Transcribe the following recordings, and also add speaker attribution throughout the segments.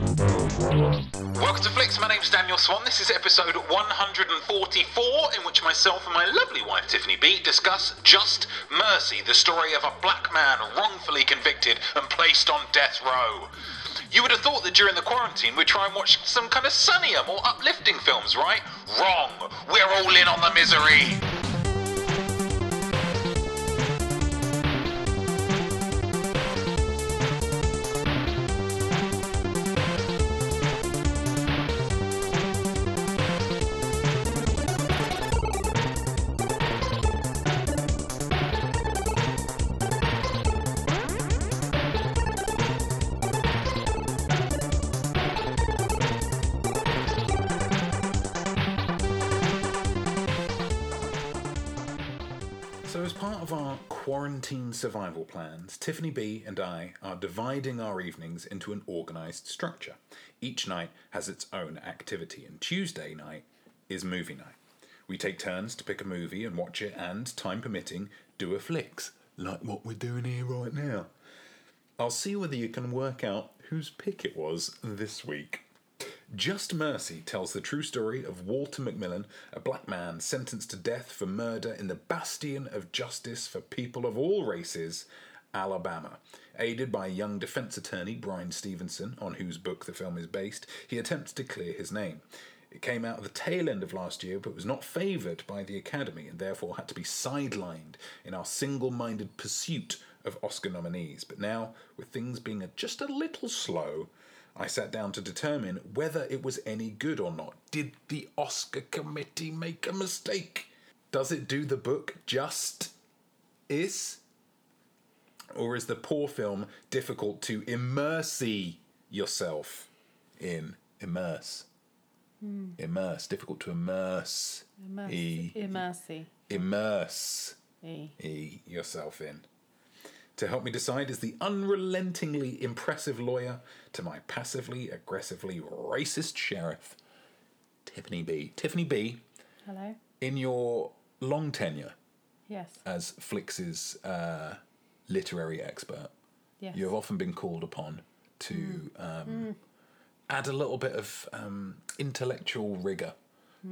Speaker 1: Welcome to Flicks. My name's Daniel Swan. This is episode 144, in which myself and my lovely wife Tiffany B discuss Just Mercy, the story of a black man wrongfully convicted and placed on death row. You would have thought that during the quarantine we'd try and watch some kind of sunnier, more uplifting films, right? Wrong. We're all in on the misery. So, as part of our quarantine survival plans, Tiffany B and I are dividing our evenings into an organised structure. Each night has its own activity, and Tuesday night is movie night. We take turns to pick a movie and watch it, and time permitting, do a flicks, like what we're doing here right now. I'll see whether you can work out whose pick it was this week. Just Mercy tells the true story of Walter Macmillan, a black man sentenced to death for murder in the bastion of justice for people of all races, Alabama. Aided by young defense attorney Brian Stevenson, on whose book the film is based, he attempts to clear his name. It came out at the tail end of last year, but was not favoured by the Academy and therefore had to be sidelined in our single minded pursuit of Oscar nominees. But now, with things being a- just a little slow, I sat down to determine whether it was any good or not. Did the Oscar committee make a mistake? Does it do the book just is? Or is the poor film difficult to immerse yourself in? Immerse. Immerse. Difficult to immerse. E.
Speaker 2: Immersive.
Speaker 1: Immerse e yourself in. To help me decide is the unrelentingly impressive lawyer to my passively aggressively racist sheriff, Tiffany B. Tiffany B,
Speaker 2: Hello?
Speaker 1: in your long tenure
Speaker 2: Yes.
Speaker 1: as Flix's uh, literary expert,
Speaker 2: Yes.
Speaker 1: you have often been called upon to um, add a little bit of um, intellectual rigor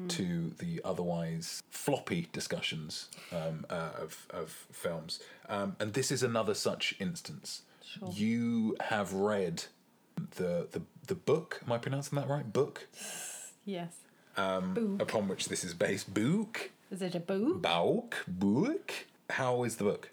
Speaker 1: to the otherwise floppy discussions um, uh, of, of films. Um, and this is another such instance.
Speaker 2: Sure.
Speaker 1: You have read the, the, the book, am I pronouncing that right? Book,
Speaker 2: Yes.
Speaker 1: upon which this is based. Book?
Speaker 2: Is it a book?
Speaker 1: Bauk? Book? How is the book?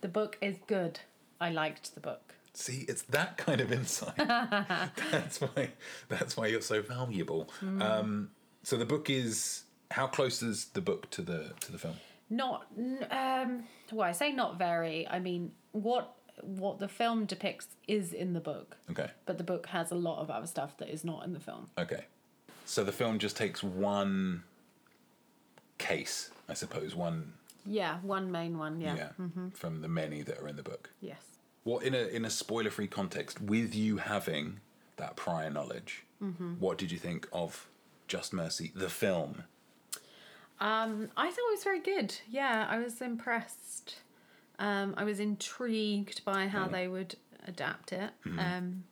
Speaker 2: The book is good. I liked the book.
Speaker 1: See, it's that kind of insight. that's why. That's why you're so valuable. Um, so the book is how close is the book to the to the film?
Speaker 2: Not n- um well, I say not very. I mean, what what the film depicts is in the book,
Speaker 1: Okay,
Speaker 2: but the book has a lot of other stuff that is not in the film.
Speaker 1: okay. So the film just takes one case, I suppose. One,
Speaker 2: Yeah, one main one, yeah.
Speaker 1: yeah, from the many that are in the book.
Speaker 2: Yes.
Speaker 1: What in a in a spoiler free context, with you having that prior knowledge, what did you think of Just Mercy, the film?
Speaker 2: Um, I thought it was very good. Yeah, I was impressed. Um, I was intrigued by how
Speaker 1: Mm.
Speaker 2: they would adapt it.
Speaker 1: Mm-hmm.
Speaker 2: Um,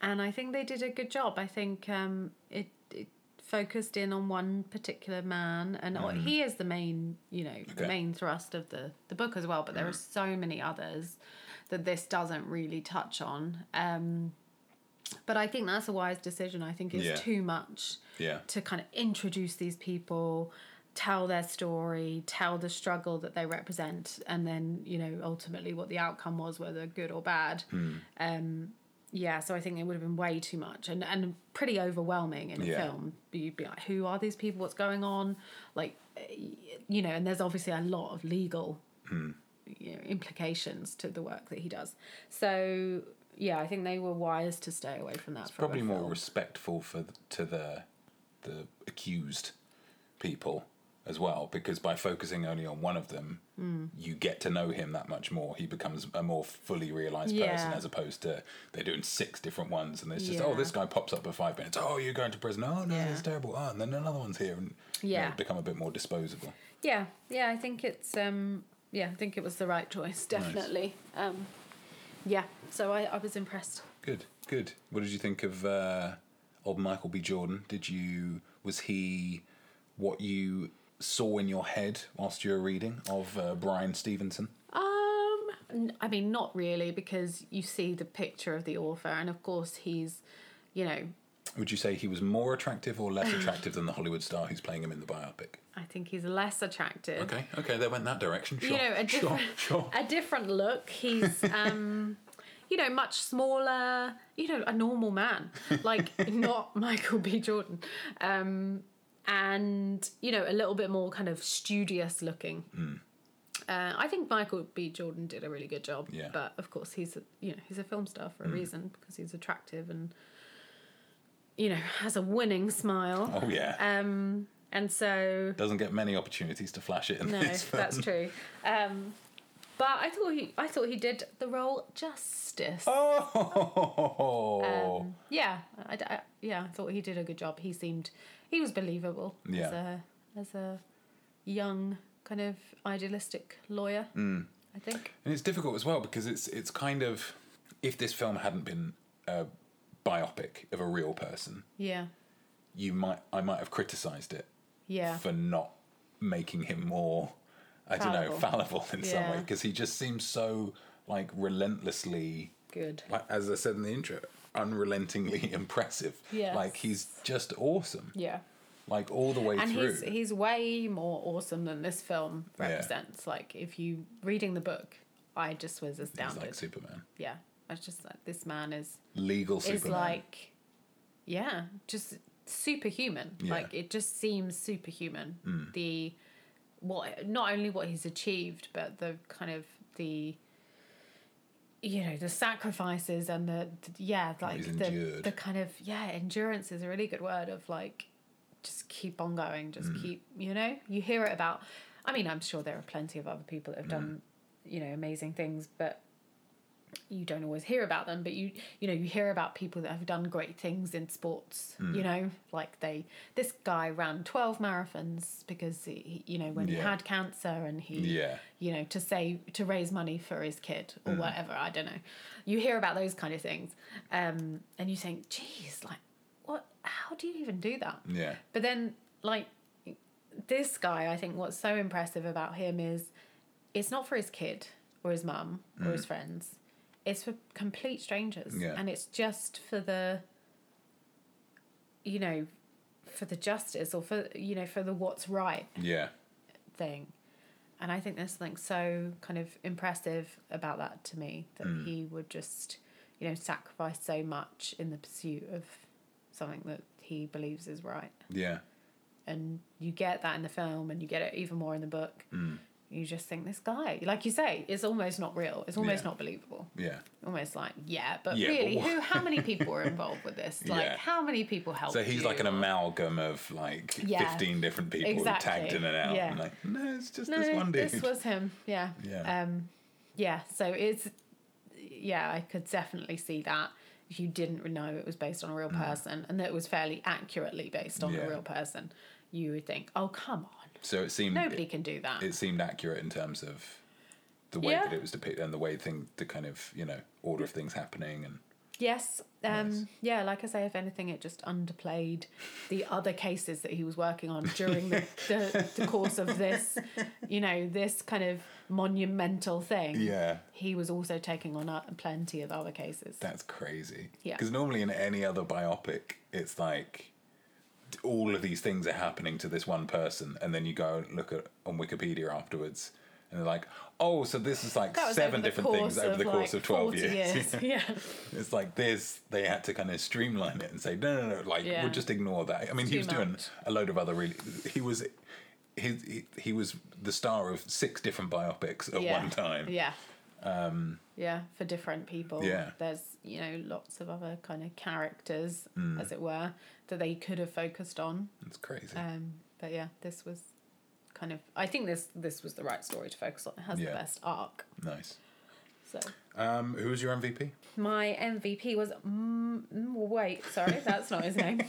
Speaker 2: and I think they did a good job. I think um, it, it focused in on one particular man, and oh, he is the main, you know,
Speaker 1: Mm. Okay. Mm.
Speaker 2: the main thrust of the, the book as well. But there are so many others that this doesn't really touch on. Um, but I think that's a wise decision. I think it's
Speaker 1: Yeah.
Speaker 2: too much
Speaker 1: Yeah.
Speaker 2: to kind of introduce these people, tell their story, tell the struggle that they represent, and then you know ultimately what the outcome was, whether good or bad.
Speaker 1: Hmm.
Speaker 2: Um, yeah, so I think it would have been way too much and, and pretty overwhelming in a
Speaker 1: Yeah.
Speaker 2: film. You'd be like, who are these people? What's going on? Like, eh, you know, and there's obviously a lot of legal
Speaker 1: Hmm.
Speaker 2: you know, implications to the work that he does. So yeah, I think they were wise to stay away from that. for
Speaker 1: probably
Speaker 2: a
Speaker 1: more
Speaker 2: film.
Speaker 1: respectful for th- to the the accused people as well because by focusing only on one of them
Speaker 2: Hmm.
Speaker 1: you get to know him that much more he becomes a more fully realized person
Speaker 2: Yeah.
Speaker 1: as opposed to they're doing six different ones and it's just oh
Speaker 2: Yeah.
Speaker 1: this guy pops up for five minutes oh you're going to prison oh no
Speaker 2: Yeah.
Speaker 1: it's terrible oh and then another one's here and you know,
Speaker 2: Yeah.
Speaker 1: become a bit more disposable
Speaker 2: Yeah, yeah, I think it's um yeah, I think it was the right choice, definitely. Um Yeah, so I, I was impressed.
Speaker 1: Good, good. What did you think of uh, old Michael B. Jordan? Did you was he what you saw in your head whilst you were reading of uh, Brian Stevenson?
Speaker 2: Um, n- I mean, not really, because you see the picture of the author, and of course he's, you know,
Speaker 1: Would you say he was more attractive or less attractive than the Hollywood star who's playing him in the biopic?
Speaker 2: I think he's less attractive.
Speaker 1: Okay, okay, they went that direction. Sure,
Speaker 2: you know, a
Speaker 1: sure,
Speaker 2: different,
Speaker 1: sure.
Speaker 2: a different look. He's, um, you know, much smaller. You know, a normal man, like not Michael B. Jordan, um, and you know, a little bit more kind of studious looking.
Speaker 1: Hmm.
Speaker 2: Uh, I think Michael B. Jordan did a really good job,
Speaker 1: Yeah. Hmm.
Speaker 2: but of course he's a, you know he's a film star for a reason because he's attractive and you know has a winning smile,
Speaker 1: Oh yeah,
Speaker 2: um, and so
Speaker 1: doesn't get many opportunities to flash it in
Speaker 2: no,
Speaker 1: this film.
Speaker 2: that's true. Um, but I thought he, I thought he did the role justice.
Speaker 1: Oh,
Speaker 2: Um, yeah, I, I- yeah, I thought he did a good job. He seemed, he was believable as
Speaker 1: Yeah.
Speaker 2: a as a young kind of idealistic lawyer.
Speaker 1: Mm.
Speaker 2: I think.
Speaker 1: And it's difficult as well because it's it's kind of if this film hadn't been a biopic of a real person,
Speaker 2: Yeah,
Speaker 1: you might I might have criticised it
Speaker 2: yeah,
Speaker 1: for not making him more I don't know fallible in some way
Speaker 2: Yeah.
Speaker 1: because he just seems so like relentlessly
Speaker 2: good.
Speaker 1: like as I said in the intro unrelentingly impressive
Speaker 2: Yes.
Speaker 1: like he's just awesome
Speaker 2: Yeah,
Speaker 1: like all the way
Speaker 2: and
Speaker 1: through
Speaker 2: he's he's way more awesome than this film represents. Like, if you reading the book, I just was
Speaker 1: he's
Speaker 2: astounded.
Speaker 1: like Superman
Speaker 2: yeah, I was just like, this man is
Speaker 1: legal
Speaker 2: is
Speaker 1: Superman
Speaker 2: like, yeah, just superhuman.
Speaker 1: Yeah. Hmm.
Speaker 2: Like it just seems superhuman. The what not only what he's achieved, but the kind of the you know the sacrifices and the, the- yeah like
Speaker 1: he's
Speaker 2: the
Speaker 1: endured.
Speaker 2: the kind of yeah endurance is a really good word of like just keep on going, just
Speaker 1: Hmm.
Speaker 2: keep you know you hear it about. I mean, I'm sure there are plenty of other people
Speaker 1: Hmm.
Speaker 2: that have done you know amazing things, but you don't always hear about them, but you you know you hear about people that have done great things in sports.
Speaker 1: Mm.
Speaker 2: You know, like they this guy ran twelve marathons because he, you know when he
Speaker 1: Yeah.
Speaker 2: had cancer and he
Speaker 1: Yeah. Mm.
Speaker 2: you know to save to raise money for his kid or whatever. I don't know. You hear about those kind of things, um, and you think, geez, like what? How do you even do that?
Speaker 1: yeah
Speaker 2: But then, like, this guy, I think what's so impressive about him is it's not for his kid or his mum or his friends, it's for complete strangers.
Speaker 1: Yeah.
Speaker 2: And it's just for the, you know, for the justice or for, you know, for the what's right
Speaker 1: yeah
Speaker 2: thing. And I think there's something so kind of impressive about that to me that he would just, you know, sacrifice so much in the pursuit of something that he believes is right
Speaker 1: yeah
Speaker 2: and you get that in the film and you get it even more in the book
Speaker 1: Mm.
Speaker 2: you just think this guy like you say it's almost not real it's almost
Speaker 1: Yeah.
Speaker 2: not believable
Speaker 1: yeah
Speaker 2: almost like yeah but
Speaker 1: Yeah, but
Speaker 2: really
Speaker 1: what-
Speaker 2: who how many people were involved with this like
Speaker 1: Yeah.
Speaker 2: how many people helped
Speaker 1: So he's
Speaker 2: you?
Speaker 1: like an amalgam of like
Speaker 2: Yeah.
Speaker 1: 15 different people
Speaker 2: Exactly.
Speaker 1: who tagged in and out.
Speaker 2: Yeah.
Speaker 1: And like, no, it's just
Speaker 2: no
Speaker 1: this one dude.
Speaker 2: this was him yeah
Speaker 1: Yeah.
Speaker 2: um yeah so it's yeah i could definitely see that if you didn't know it was based on a real person and that it was fairly accurately based on
Speaker 1: Mm. Yeah.
Speaker 2: a real person you would think oh come on
Speaker 1: so it seemed
Speaker 2: nobody
Speaker 1: it,
Speaker 2: can do that
Speaker 1: it seemed accurate in terms of the way
Speaker 2: Yeah.
Speaker 1: that it was depicted and the way thing the kind of, you know, order of things happening and
Speaker 2: Yes. Um,
Speaker 1: Nice.
Speaker 2: Yeah, like I say, if anything, it just underplayed the other cases that he was working on during the, the, the course of this, you know, this kind of monumental thing.
Speaker 1: yeah.
Speaker 2: He was also taking on o- plenty of other cases.
Speaker 1: That's crazy.
Speaker 2: Yeah.
Speaker 1: Because normally in any other biopic, it's like all of these things are happening to this one person, and then you go and look at on Wikipedia afterwards, and they're like, "Oh, so this is like
Speaker 2: That was
Speaker 1: seven
Speaker 2: over the
Speaker 1: different things
Speaker 2: course
Speaker 1: over the course
Speaker 2: like,
Speaker 1: of twelve
Speaker 2: 40
Speaker 1: years."
Speaker 2: yeah.
Speaker 1: It's like this. They had to kind of streamline it and say, "No, no, no! Like
Speaker 2: Yeah.
Speaker 1: we'll just ignore that." I mean, he
Speaker 2: Too
Speaker 1: was doing
Speaker 2: much.
Speaker 1: a load of other really. He was, his, he, he was the star of six different biopics at
Speaker 2: yeah.
Speaker 1: one time.
Speaker 2: Yeah. yeah, for different people.
Speaker 1: Um, Yeah.
Speaker 2: There's, you know, lots of other kind of characters,
Speaker 1: Mm.
Speaker 2: as it were, that they could have focused on.
Speaker 1: It's crazy.
Speaker 2: Um, but yeah, this was kind of. I think this this was the right story to focus on. It has
Speaker 1: Yeah.
Speaker 2: the best arc.
Speaker 1: nice.
Speaker 2: So
Speaker 1: Um, who was your MVP?
Speaker 2: my MVP was. Mm, mm, wait, sorry, that's not his name.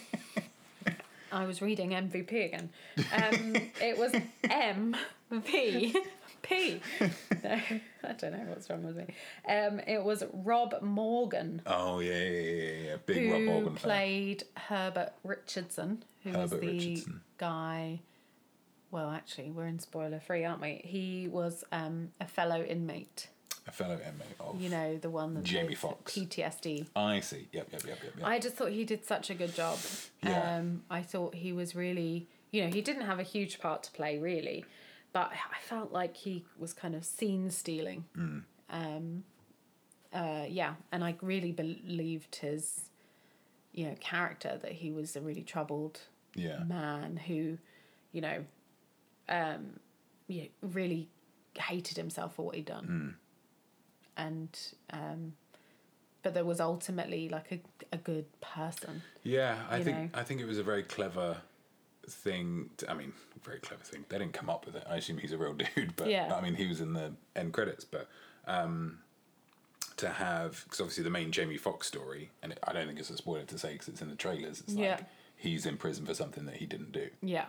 Speaker 2: I was reading MVP again. Um, it was M V P. no, I don't know what's wrong with me. Um, it was Rob Morgan
Speaker 1: Oh yeah, yeah, yeah, yeah, yeah. Big Rob
Speaker 2: who
Speaker 1: Morgan fan.
Speaker 2: played Herbert Richardson, who was
Speaker 1: Herbert
Speaker 2: the
Speaker 1: Richardson.
Speaker 2: guy. Well, actually, we're in spoiler free, aren't we? He was um, a fellow inmate.
Speaker 1: A fellow inmate of.
Speaker 2: You know, the one that
Speaker 1: Jamie
Speaker 2: with
Speaker 1: Foxx.
Speaker 2: PTSD.
Speaker 1: I see. Yep, yep, yep, yep. yep.
Speaker 2: I just thought he did such a good job.
Speaker 1: Yeah.
Speaker 2: Um, I thought he was really, you know, he didn't have a huge part to play really, but I felt like he was kind of scene stealing. Um, uh, yeah, and I really believed his, you know, character that he was a really troubled
Speaker 1: yeah.
Speaker 2: man who, you know, um, you know, really hated himself for what he'd done. And, um, but there was ultimately like a, a good person.
Speaker 1: Yeah, I
Speaker 2: you
Speaker 1: think
Speaker 2: know.
Speaker 1: I think it was a very clever thing. To, I mean, very clever thing. They didn't come up with it. I assume he's a real dude, but
Speaker 2: Yeah.
Speaker 1: I mean, he was in the end credits. But um, to have because obviously the main Jamie Foxx story, and it, I don't think it's a spoiler to say because it's in the trailers. It's
Speaker 2: Yeah.
Speaker 1: like he's in prison for something that he didn't do.
Speaker 2: Yeah.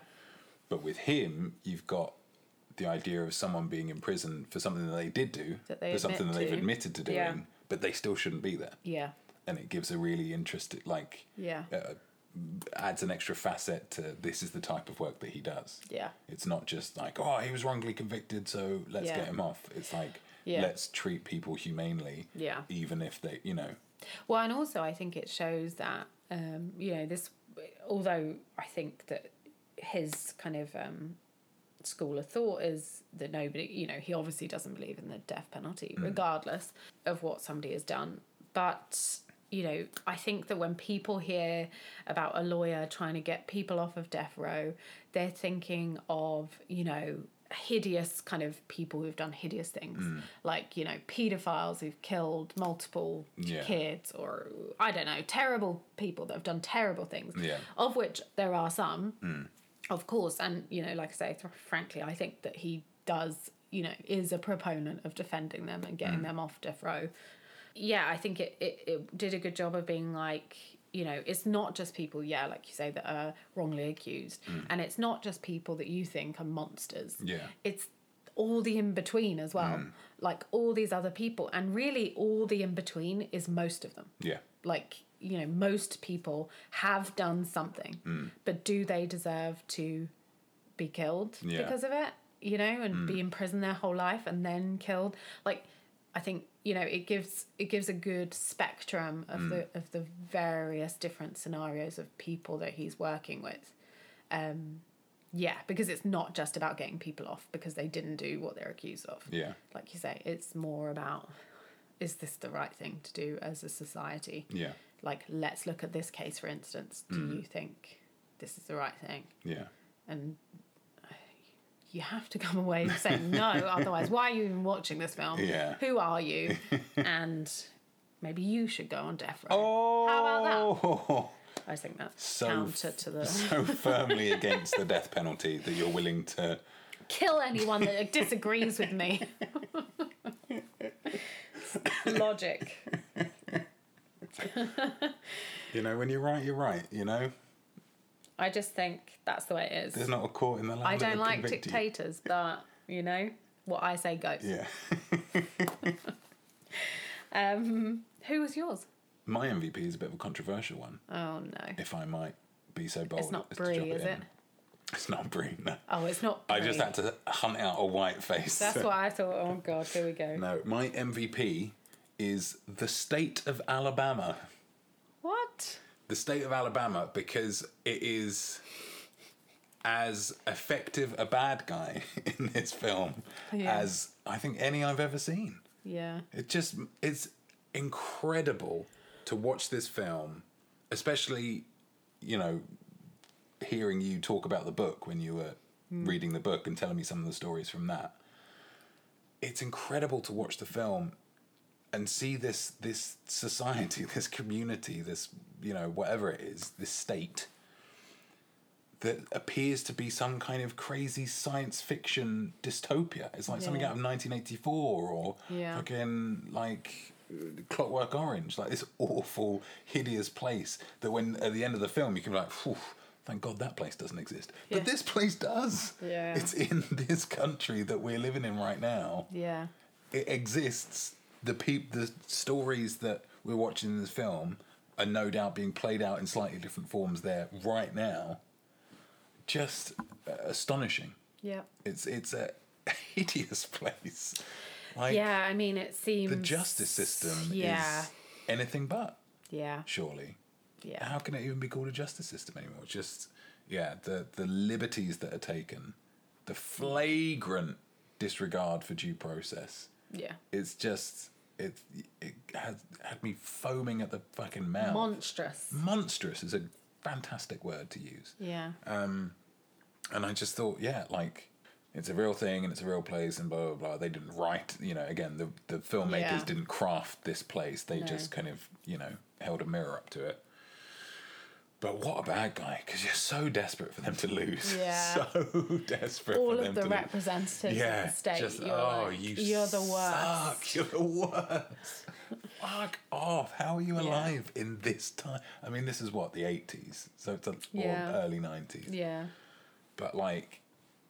Speaker 1: But with him, you've got the idea of someone being in prison for something that they did do,
Speaker 2: That they
Speaker 1: for something
Speaker 2: admit
Speaker 1: that they've
Speaker 2: to.
Speaker 1: admitted to doing,
Speaker 2: Yeah.
Speaker 1: but they still shouldn't be there
Speaker 2: Yeah.
Speaker 1: and it gives a really interesting like
Speaker 2: Yeah.
Speaker 1: uh, adds an extra facet to this is the type of work that he does
Speaker 2: Yeah.
Speaker 1: it's not just like oh he was wrongly convicted so let's
Speaker 2: Yeah.
Speaker 1: get him off it's like
Speaker 2: Yeah.
Speaker 1: let's treat people humanely
Speaker 2: Yeah.
Speaker 1: even if they you know
Speaker 2: Well, and also I think it shows that um, you know this. Although I think that his kind of um, school of thought is that nobody, you know, he obviously doesn't believe in the death penalty, regardless of what somebody has done. But you know, I think that when people hear about a lawyer trying to get people off of death row, they're thinking of you know hideous kind of people who've done hideous things like you know pedophiles who've killed multiple
Speaker 1: Yeah.
Speaker 2: kids or i don't know terrible people that have done terrible things
Speaker 1: Yeah.
Speaker 2: of which there are some of course and you know like i say fr- frankly i think that he does you know is a proponent of defending them and getting them off death row yeah i think it, it, it did a good job of being like you know it's not just people yeah like you say that are wrongly accused and it's not just people that you think are monsters
Speaker 1: Yeah.
Speaker 2: it's all the in between as well like all these other people and really all the in between is most of them
Speaker 1: yeah
Speaker 2: like you know most people have done something but do they deserve to be killed
Speaker 1: Yeah.
Speaker 2: because of it you know and be in prison their whole life and then killed like i think you know it gives it gives a good spectrum of the of the various different scenarios of people that he's working with um yeah because it's not just about getting people off because they didn't do what they're accused of
Speaker 1: yeah
Speaker 2: like you say it's more about is this the right thing to do as a society
Speaker 1: yeah Mm.
Speaker 2: like let's look at this case for instance do you think this is the right thing
Speaker 1: yeah
Speaker 2: and uh, you have to come away saying no otherwise why are you even watching this film
Speaker 1: Yeah.
Speaker 2: who are you and maybe you should go on death row
Speaker 1: oh
Speaker 2: i think that's
Speaker 1: So
Speaker 2: counter to the
Speaker 1: so firmly against the death penalty that you're willing to
Speaker 2: kill anyone that disagrees with me logic
Speaker 1: you know when you're right you're right you know
Speaker 2: i just think that's the way it is
Speaker 1: there's not a court in the land
Speaker 2: I
Speaker 1: that
Speaker 2: don't
Speaker 1: would
Speaker 2: like
Speaker 1: convict you.
Speaker 2: dictators, but you know what I say goes.
Speaker 1: yeah
Speaker 2: Um, who was yours?
Speaker 1: my mvp is a bit of a controversial one
Speaker 2: Oh no,
Speaker 1: if I might be so bold.
Speaker 2: it's not
Speaker 1: as to
Speaker 2: Brie,
Speaker 1: drop
Speaker 2: is it?
Speaker 1: in. It's not Brie. No.
Speaker 2: Oh, it's not.
Speaker 1: I just
Speaker 2: Brie.
Speaker 1: had to hunt out a white face.
Speaker 2: That's what I thought. Oh god, here we go.
Speaker 1: No, my MVP is the state of Alabama.
Speaker 2: What?
Speaker 1: The state of Alabama because it is as effective a bad guy in this film
Speaker 2: Yeah.
Speaker 1: as I think any I've ever seen.
Speaker 2: Yeah,
Speaker 1: It just it's incredible to watch this film, especially you know hearing you talk about the book when you were reading the book and telling me some of the stories from that. It's incredible to watch the film and see this this society, this community, this you know whatever it is, this state that appears to be some kind of crazy science fiction dystopia. It's like something
Speaker 2: Yeah.
Speaker 1: out of 1984 or
Speaker 2: Yeah.
Speaker 1: fucking like uh, Clockwork Orange, like this awful, hideous place that when at the end of the film you can be like, "Phew, Thank God that place doesn't exist.
Speaker 2: Yeah.
Speaker 1: But this place does.
Speaker 2: Yeah.
Speaker 1: It's in this country that we're living in right now.
Speaker 2: Yeah.
Speaker 1: It exists. The peop- the stories that we're watching in this film are no doubt being played out in slightly different forms there right now. Just uh, astonishing.
Speaker 2: Yeah.
Speaker 1: It's it's a hideous place. Like
Speaker 2: yeah, I mean, it seems.
Speaker 1: the justice system
Speaker 2: Mm, Yeah.
Speaker 1: is anything but
Speaker 2: yeah.
Speaker 1: surely.
Speaker 2: Yeah.
Speaker 1: How can it even be called a justice system anymore? It's just yeah, the the liberties that are taken, the flagrant disregard for due process.
Speaker 2: Yeah.
Speaker 1: It's just it it has had me foaming at the fucking mouth.
Speaker 2: Monstrous.
Speaker 1: Mm. Monstrous is a fantastic word to use.
Speaker 2: Yeah.
Speaker 1: And I just thought, yeah, like it's a real thing and it's a real place and blah blah blah. They didn't write, you know. Again, the the filmmakers
Speaker 2: Yeah.
Speaker 1: didn't craft this place. They
Speaker 2: No.
Speaker 1: just kind of, you know, held a mirror up to it. But what a bad guy! Because you're so desperate for them to lose.
Speaker 2: Yeah.
Speaker 1: so desperate. for
Speaker 2: All
Speaker 1: them
Speaker 2: of the
Speaker 1: to lose.
Speaker 2: representatives
Speaker 1: Yeah.
Speaker 2: of the state.
Speaker 1: just,
Speaker 2: you're
Speaker 1: oh,
Speaker 2: like,
Speaker 1: you.
Speaker 2: You're the worst.
Speaker 1: Suck. You're the worst. Fuck off! How are you alive in this time? I mean, this is what the '80s, so it's a,
Speaker 2: Yeah.
Speaker 1: or early '90s
Speaker 2: Yeah.
Speaker 1: but like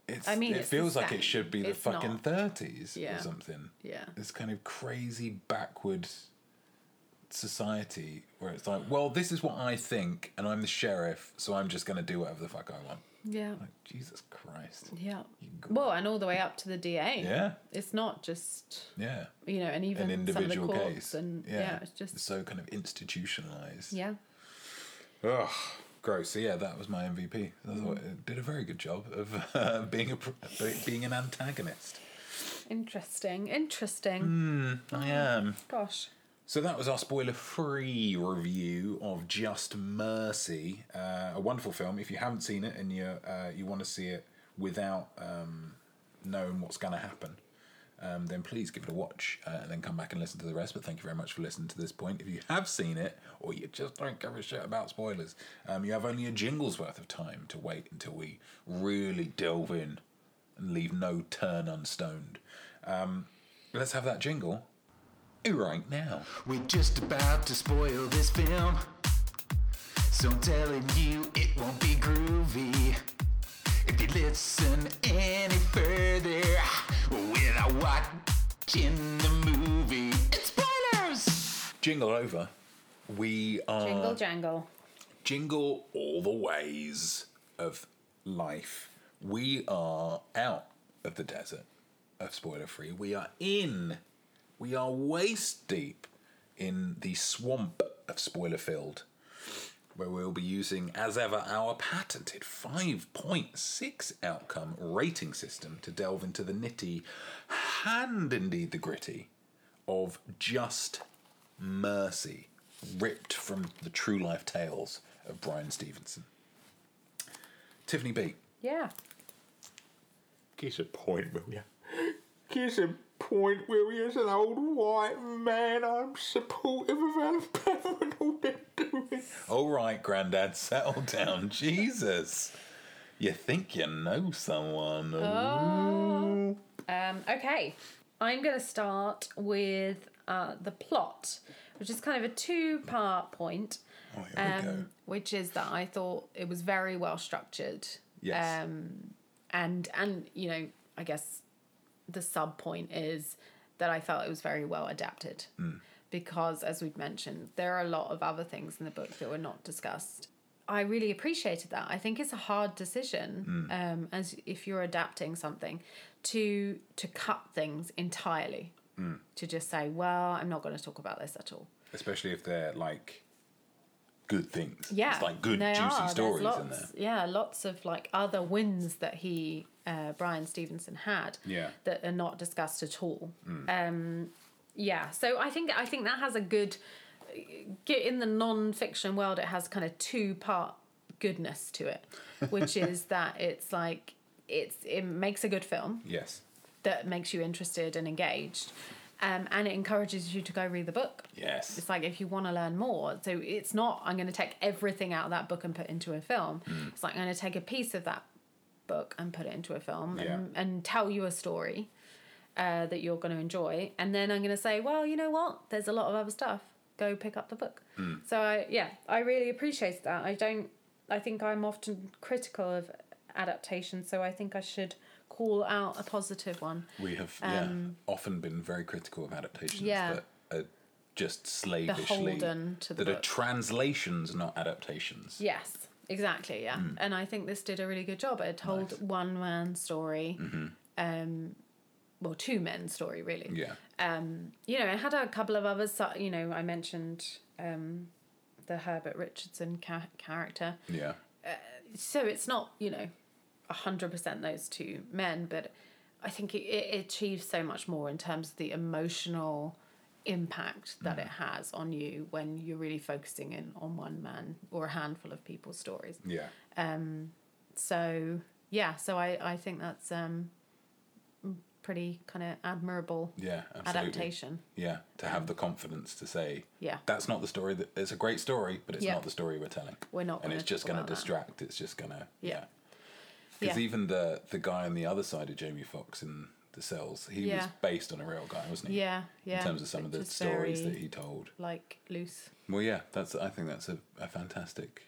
Speaker 1: it's
Speaker 2: I mean,
Speaker 1: it
Speaker 2: it's the
Speaker 1: feels like
Speaker 2: same.
Speaker 1: it should be the
Speaker 2: It's
Speaker 1: fucking
Speaker 2: not.
Speaker 1: 30s
Speaker 2: Yeah.
Speaker 1: or something
Speaker 2: Yeah.
Speaker 1: this kind of crazy backward society where it's like well this is what i think and i'm the sheriff so i'm just going to do whatever the fuck i want
Speaker 2: Yeah.
Speaker 1: like jesus christ
Speaker 2: Yeah.
Speaker 1: You-
Speaker 2: Well, and all the way up to the DA.
Speaker 1: yeah
Speaker 2: It's not just
Speaker 1: yeah
Speaker 2: you know, and even
Speaker 1: an individual
Speaker 2: some of the courts
Speaker 1: case
Speaker 2: and yeah, it's just
Speaker 1: so kind of institutionalized
Speaker 2: yeah.
Speaker 1: Ugh, gross. So yeah, that was my MVP. I
Speaker 2: Mm.
Speaker 1: thought it did a very good job of uh, being a pr- being an antagonist.
Speaker 2: Interesting. Interesting.
Speaker 1: Hmm. I am.
Speaker 2: Gosh.
Speaker 1: So that was our spoiler free review of Just Mercy, uh, a wonderful film. If you haven't seen it and you uh, you want to see it without um, knowing what's going to happen, um, then please give it a watch uh, and then come back and listen to the rest. But thank you very much for listening to this point. If you have seen it or you just don't give a shit about spoilers, um, you have only a jingle's worth of time to wait until we really delve in and leave no turn unstoned. Um, let's have that jingle right now.
Speaker 3: We're just about to spoil this film. So I'm telling you, it won't be groovy. If you listen any further without watching the movie, it's spoilers!
Speaker 1: Jingle over. We are
Speaker 2: Jingle jangle.
Speaker 1: jingle all the ways of life. We are out of the desert of spoiler free. We are in. We are waist deep in the swamp of spoiler filled, where we'll be using, as ever, our patented 5.6 outcome rating system to delve into the nitty and indeed the gritty of just mercy ripped from the true life tales of Brian Stevenson. Tiffany B.
Speaker 2: Yeah.
Speaker 4: Kiss a point, will ya? Kiss a point, will ya? As an old white man, I'm supportive of Alabama and all they're doing.
Speaker 1: All right, Grandad, settle down. Jesus. You think you know someone.
Speaker 2: Um, okay. I'm going to start with uh, the plot, which is kind of a two part point,
Speaker 1: oh, here we go.
Speaker 2: um, which is that I thought it was very well structured.
Speaker 1: Yes.
Speaker 2: Um, and, and, you know, I guess the sub point is that I felt it was very well adapted. Because, as we've mentioned, there are a lot of other things in the book that were not discussed. I really appreciated that. I think it's a hard decision, um, as if you're adapting something, to to cut things entirely. To just say, well, I'm not going to talk about this at all.
Speaker 1: Especially if they're like good things.
Speaker 2: Yeah,
Speaker 1: It's like good,
Speaker 2: they
Speaker 1: juicy
Speaker 2: are. There's
Speaker 1: stories
Speaker 2: lots,
Speaker 1: in there.
Speaker 2: Yeah, lots of like other wins that he, uh, Brian Stevenson, had.
Speaker 1: Yeah. Mm.
Speaker 2: that are not discussed at all. Um, yeah, so I think I think that has a good get in the non-fiction world. It has kind of two part goodness to it, which is that it's like it's it makes a good film
Speaker 1: Yes.
Speaker 2: that makes you interested and engaged. Um, and it encourages you to go read the book.
Speaker 1: Yes.
Speaker 2: It's like if you want to learn more. So it's not, I'm going to take everything out of that book and put into a film. It's like, I'm going to take a piece of that book and put it into a film and, and tell you a story uh, that you're going to enjoy. And then I'm going to say, well, you know what? There's a lot of other stuff. Go pick up the book. So I, yeah, I really appreciate that. I don't, I think I'm often critical of adaptation, so I think I should call out a positive one.
Speaker 1: We have yeah, often been very critical of adaptations
Speaker 2: um, Yeah.
Speaker 1: that are just slavishly
Speaker 2: Beholden to the
Speaker 1: that are
Speaker 2: book.
Speaker 1: translations, not adaptations.
Speaker 2: Yes, exactly. Yeah, and I think this did a really good job. It told one man's story, um, well, two men's story really.
Speaker 1: Yeah.
Speaker 2: Um, you know, it had a couple of others. so- You know, I mentioned um, the Herbert Richardson ca- character,
Speaker 1: Yeah.
Speaker 2: so it's not you know, hundred percent those two men, but I think it, it achieves so much more in terms of the emotional impact that it has on you when you're really focusing in on one man or a handful of people's stories
Speaker 1: Yeah.
Speaker 2: so yeah so i i think that's um pretty kind of admirable
Speaker 1: Yeah. Absolutely.
Speaker 2: adaptation Um,
Speaker 1: Yeah. To have the confidence to say,
Speaker 2: Yeah.
Speaker 1: that's not the story that it's a great story, but it's
Speaker 2: Yeah.
Speaker 1: not the story we're telling.
Speaker 2: We're not
Speaker 1: And
Speaker 2: gonna
Speaker 1: it's just
Speaker 2: talk
Speaker 1: gonna
Speaker 2: about that.
Speaker 1: distract. It's just gonna
Speaker 2: Yeah.
Speaker 1: yeah. Because
Speaker 2: Yeah.
Speaker 1: even the the guy on the other side of Jamie Foxx in the cells, he was
Speaker 2: Yeah.
Speaker 1: based on a real guy, wasn't he?
Speaker 2: yeah yeah
Speaker 1: In terms of some of the
Speaker 2: Just
Speaker 1: stories
Speaker 2: very,
Speaker 1: that he told.
Speaker 2: like loose
Speaker 1: Well, yeah, that's. I think that's a, a fantastic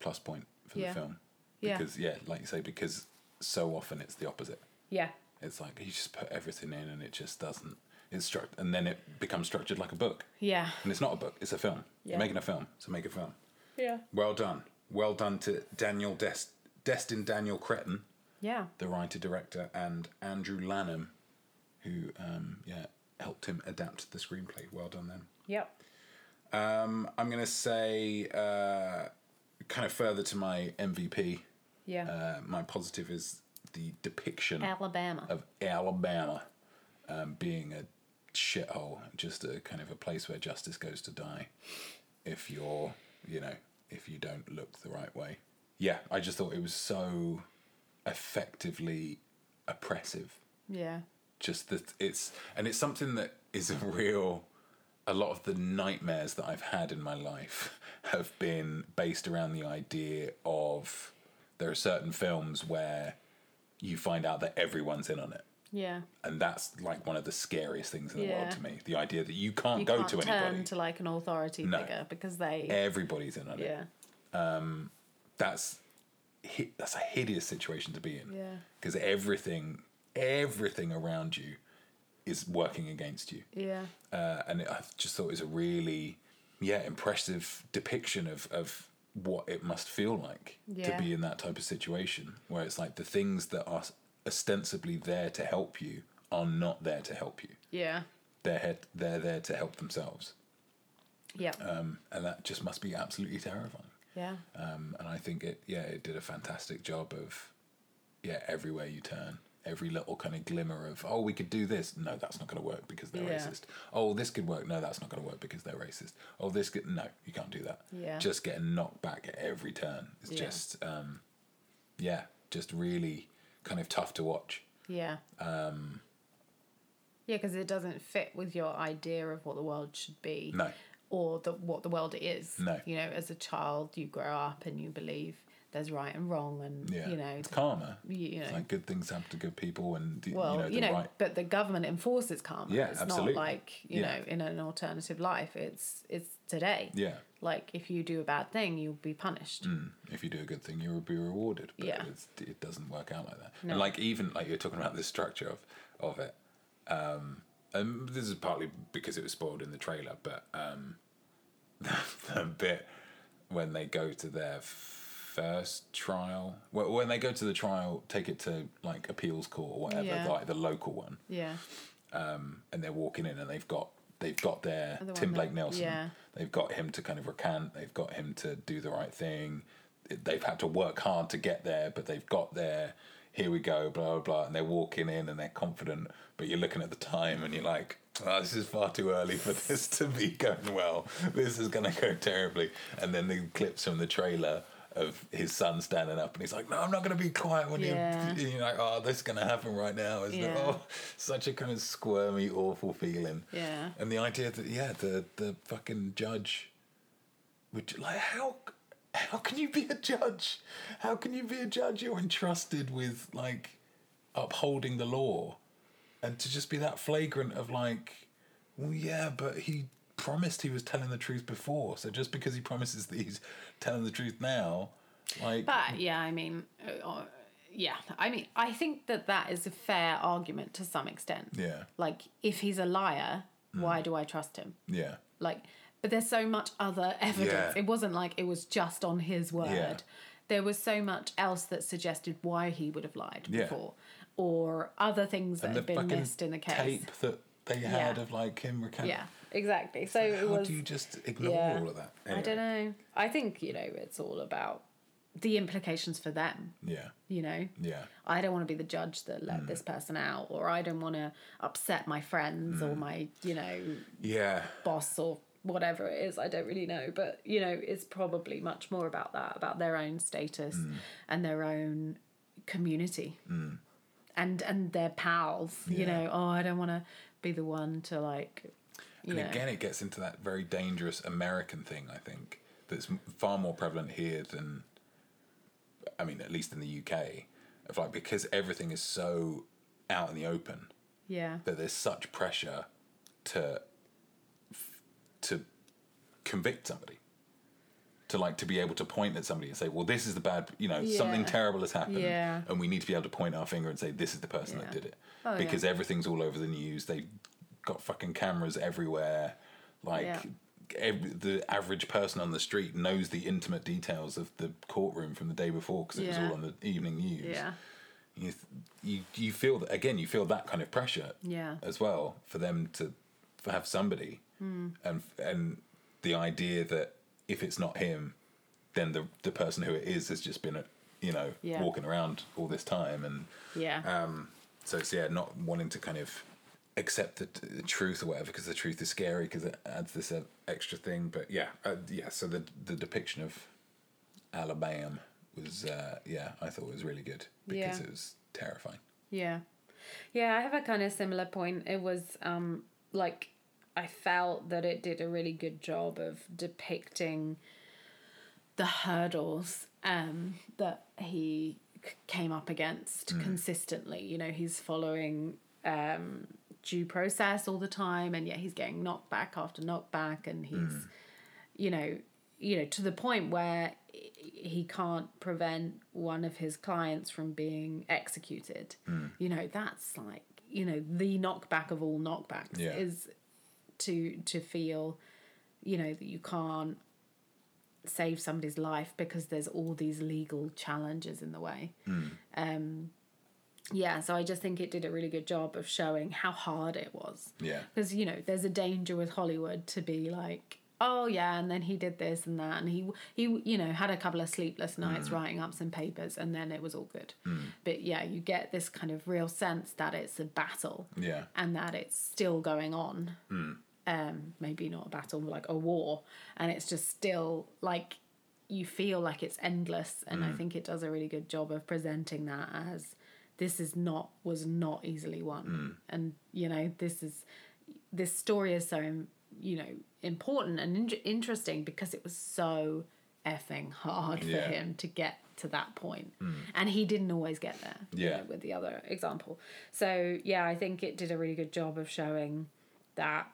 Speaker 1: plus point for
Speaker 2: Yeah.
Speaker 1: the film
Speaker 2: Yeah.
Speaker 1: because yeah. like you say, because so often it's the opposite.
Speaker 2: yeah
Speaker 1: It's like you just put everything in, and it just doesn't. It's struct, and then it becomes structured like a book,
Speaker 2: yeah
Speaker 1: and it's not a book; it's a film.
Speaker 2: Yeah.
Speaker 1: You're making a film, so make a film.
Speaker 2: yeah
Speaker 1: Well done, well done to Daniel Dest, Destin Daniel Cretton,
Speaker 2: yeah
Speaker 1: the writer director, and Andrew Lanham, who um, yeah helped him adapt the screenplay. Well done, them.
Speaker 2: yep
Speaker 1: I'm going to say, uh, kind of further to my MVP,
Speaker 2: yeah
Speaker 1: uh, my positive is the depiction
Speaker 2: alabama
Speaker 1: of Alabama um, being a shithole, just a kind of a place where justice goes to die if you're, you know, if you don't look the right way. Yeah, I just thought it was so effectively oppressive
Speaker 2: yeah
Speaker 1: just that it's and it's something that is a real a lot of the nightmares that i've had in my life have been based around the idea of there are certain films where you find out that everyone's in on it
Speaker 2: yeah
Speaker 1: and that's like one of the scariest things in the
Speaker 2: Yeah.
Speaker 1: world to me the idea that you can't
Speaker 2: you
Speaker 1: go
Speaker 2: can't
Speaker 1: to
Speaker 2: turn
Speaker 1: anybody
Speaker 2: to like an authority
Speaker 1: No.
Speaker 2: figure because they
Speaker 1: everybody's in on it
Speaker 2: yeah
Speaker 1: that's hi- that's a hideous situation to be in
Speaker 2: Yeah.
Speaker 1: because everything everything around you is working against you
Speaker 2: yeah
Speaker 1: uh, and I just thought it was a really yeah impressive depiction of of what it must feel like
Speaker 2: Yeah.
Speaker 1: to be in that type of situation where it's like the things that are ostensibly there to help you are not there to help you.
Speaker 2: yeah
Speaker 1: They're he- they're there to help themselves,
Speaker 2: yeah
Speaker 1: um, and that just must be absolutely terrifying.
Speaker 2: yeah
Speaker 1: Um, and I think it yeah it did a fantastic job of yeah everywhere you turn every little kind of glimmer of oh we could do this no that's not going to work because they're
Speaker 2: Yeah.
Speaker 1: racist oh this could work no that's not going to work because they're racist oh this could no you can't do that
Speaker 2: Yeah.
Speaker 1: just getting knocked back at every turn it's
Speaker 2: Yeah.
Speaker 1: just um, yeah just really kind of tough to watch
Speaker 2: yeah um yeah because it doesn't fit with your idea of what the world should be
Speaker 1: no
Speaker 2: or the, what the world is.
Speaker 1: No.
Speaker 2: You know, as a child, you grow up and you believe there's right and wrong, and
Speaker 1: yeah
Speaker 2: you know,
Speaker 1: it's karma
Speaker 2: you- you
Speaker 1: it's
Speaker 2: know.
Speaker 1: like good things happen to good people and y-
Speaker 2: well,
Speaker 1: you know the right
Speaker 2: but the government enforces karma.
Speaker 1: Yeah,
Speaker 2: it's
Speaker 1: absolutely.
Speaker 2: not like you
Speaker 1: Yeah.
Speaker 2: know, in an alternative life, it's it's today.
Speaker 1: yeah Mm.
Speaker 2: Like if you do a bad thing, you'll be punished.
Speaker 1: if you do a good thing, you'll be rewarded. But
Speaker 2: Yeah.
Speaker 1: it's, it doesn't work out like that.
Speaker 2: No.
Speaker 1: And like even like you're talking about the structure of of it. Um, and this is partly because it was spoiled in the trailer, but um, the bit when they go to their first trial, well, when they go to the trial, take it to like appeals court or whatever,
Speaker 2: Yeah.
Speaker 1: like the local one,
Speaker 2: Yeah,
Speaker 1: and they're walking in and they've got they've got their
Speaker 2: The one
Speaker 1: Tim
Speaker 2: that-
Speaker 1: Blake Nelson.
Speaker 2: yeah.
Speaker 1: They've got him to kind of recant. They've got him to do the right thing. They've had to work hard to get there, but they've got there. Here we go, blah blah blah, and they're walking in and they're confident. But you're looking at the time and you're like, oh, "This is far too early for this to be going well. This is going to go terribly." And then the clips from the trailer of his son standing up and he's like, "No, I'm not going to be quiet when
Speaker 2: Yeah.
Speaker 1: you." You're like, "Oh, this is going to happen right now, isn't it?"
Speaker 2: Yeah.
Speaker 1: Oh, such a kind of squirmy, awful feeling.
Speaker 2: Yeah.
Speaker 1: And the idea that yeah, the the fucking judge would like how how can you be a judge? How can you be a judge? You're entrusted with like upholding the law, and to just be that flagrant of like, well, yeah, but he promised he was telling the truth before. So just because he promises that he's telling the truth now, like
Speaker 2: But yeah, I mean, uh, uh, yeah, I mean, I think that that is a fair argument to some extent.
Speaker 1: Yeah. Mm.
Speaker 2: Like, if he's a liar, why do I trust him?
Speaker 1: yeah,
Speaker 2: Like, but there's so much other evidence.
Speaker 1: Yeah.
Speaker 2: It wasn't like it was just on his word. There was so much else that suggested why he would have lied
Speaker 1: Yeah.
Speaker 2: before, or other things that
Speaker 1: and the
Speaker 2: had been
Speaker 1: fucking
Speaker 2: missed in the case.
Speaker 1: tape that they had
Speaker 2: Yeah.
Speaker 1: of like him recounting.
Speaker 2: Yeah, exactly. So
Speaker 1: How
Speaker 2: it was.
Speaker 1: do you just ignore
Speaker 2: yeah.
Speaker 1: all of that?
Speaker 2: I don't know. I think you know it's all about the implications for them.
Speaker 1: Yeah,
Speaker 2: You know,
Speaker 1: yeah,
Speaker 2: I don't want to be the judge that let
Speaker 1: Mm.
Speaker 2: this person out, or I don't want to upset my friends
Speaker 1: Mm.
Speaker 2: or my, you know,
Speaker 1: yeah,
Speaker 2: boss or whatever it is. I don't really know. But, you know, it's probably much more about that, about their own status
Speaker 1: Mm.
Speaker 2: and their own community. And and their pals, you
Speaker 1: Yeah.
Speaker 2: know, oh, I don't want to be the one to like, you
Speaker 1: And
Speaker 2: know,
Speaker 1: again, it gets into that very dangerous American thing. I think that's m- far more prevalent here than, I mean, at least in the UK, of like because everything is so out in the open.
Speaker 2: yeah,
Speaker 1: that there's such pressure to to convict somebody to like to be able to point at somebody and say well this is the bad you know something
Speaker 2: Yeah.
Speaker 1: terrible has happened
Speaker 2: Yeah.
Speaker 1: and we need to be able to point our finger and say this is the person that
Speaker 2: Yeah.
Speaker 1: did it
Speaker 2: Oh, yeah.
Speaker 1: because everything's all over the news they've got fucking cameras everywhere like
Speaker 2: Yeah.
Speaker 1: Every, the average person on the street knows the intimate details of the courtroom from the day before because it was
Speaker 2: Yeah.
Speaker 1: all on the evening news
Speaker 2: yeah,
Speaker 1: you, th- you you feel that again you feel that kind of pressure
Speaker 2: Yeah.
Speaker 1: as well for them to f- have somebody
Speaker 2: Hmm.
Speaker 1: and and the idea that if it's not him then the the person who it is has just been you know
Speaker 2: Yeah.
Speaker 1: walking around all this time and
Speaker 2: yeah.
Speaker 1: um so it's yeah not wanting to kind of accept the, the truth or whatever because the truth is scary because it adds this uh, extra thing but yeah uh, yeah so the the depiction of Alabama was uh, yeah, I thought it was really good because
Speaker 2: Yeah.
Speaker 1: it was terrifying.
Speaker 2: Yeah. Yeah, I have a kind of similar point. It was um like I felt that it did a really good job of depicting the hurdles um that he c- came up against consistently. You know, he's following um due process all the time and yet he's getting knocked back after knocked back and he's you know, you know, to the point where he- he can't prevent one of his clients from being executed. You know, that's like you know the knockback of all knockbacks
Speaker 1: Yeah.
Speaker 2: is to to feel, you know, that you can't save somebody's life because there's all these legal challenges in the way.
Speaker 1: Hmm.
Speaker 2: Um, yeah, so I just think it did a really good job of showing how hard it was
Speaker 1: Yeah.
Speaker 2: because you know there's a danger with Hollywood to be like oh yeah and then he did this and that and he he you know had a couple of sleepless
Speaker 1: Hmm.
Speaker 2: nights writing up some papers and then it was all good but yeah you get this kind of real sense that it's a battle
Speaker 1: Yeah. Hmm.
Speaker 2: and that it's still going on um maybe not a battle like a war and it's just still like you feel like it's endless and
Speaker 1: Hmm.
Speaker 2: i think it does a really good job of presenting that as this is not was not easily
Speaker 1: Hmm.
Speaker 2: won and you know this is this story is so you know important and in- interesting because it was so effing hard for
Speaker 1: Yeah.
Speaker 2: him to get to that point and he didn't always get there you
Speaker 1: Yeah.
Speaker 2: know, with the other example so yeah i think it did a really good job of showing that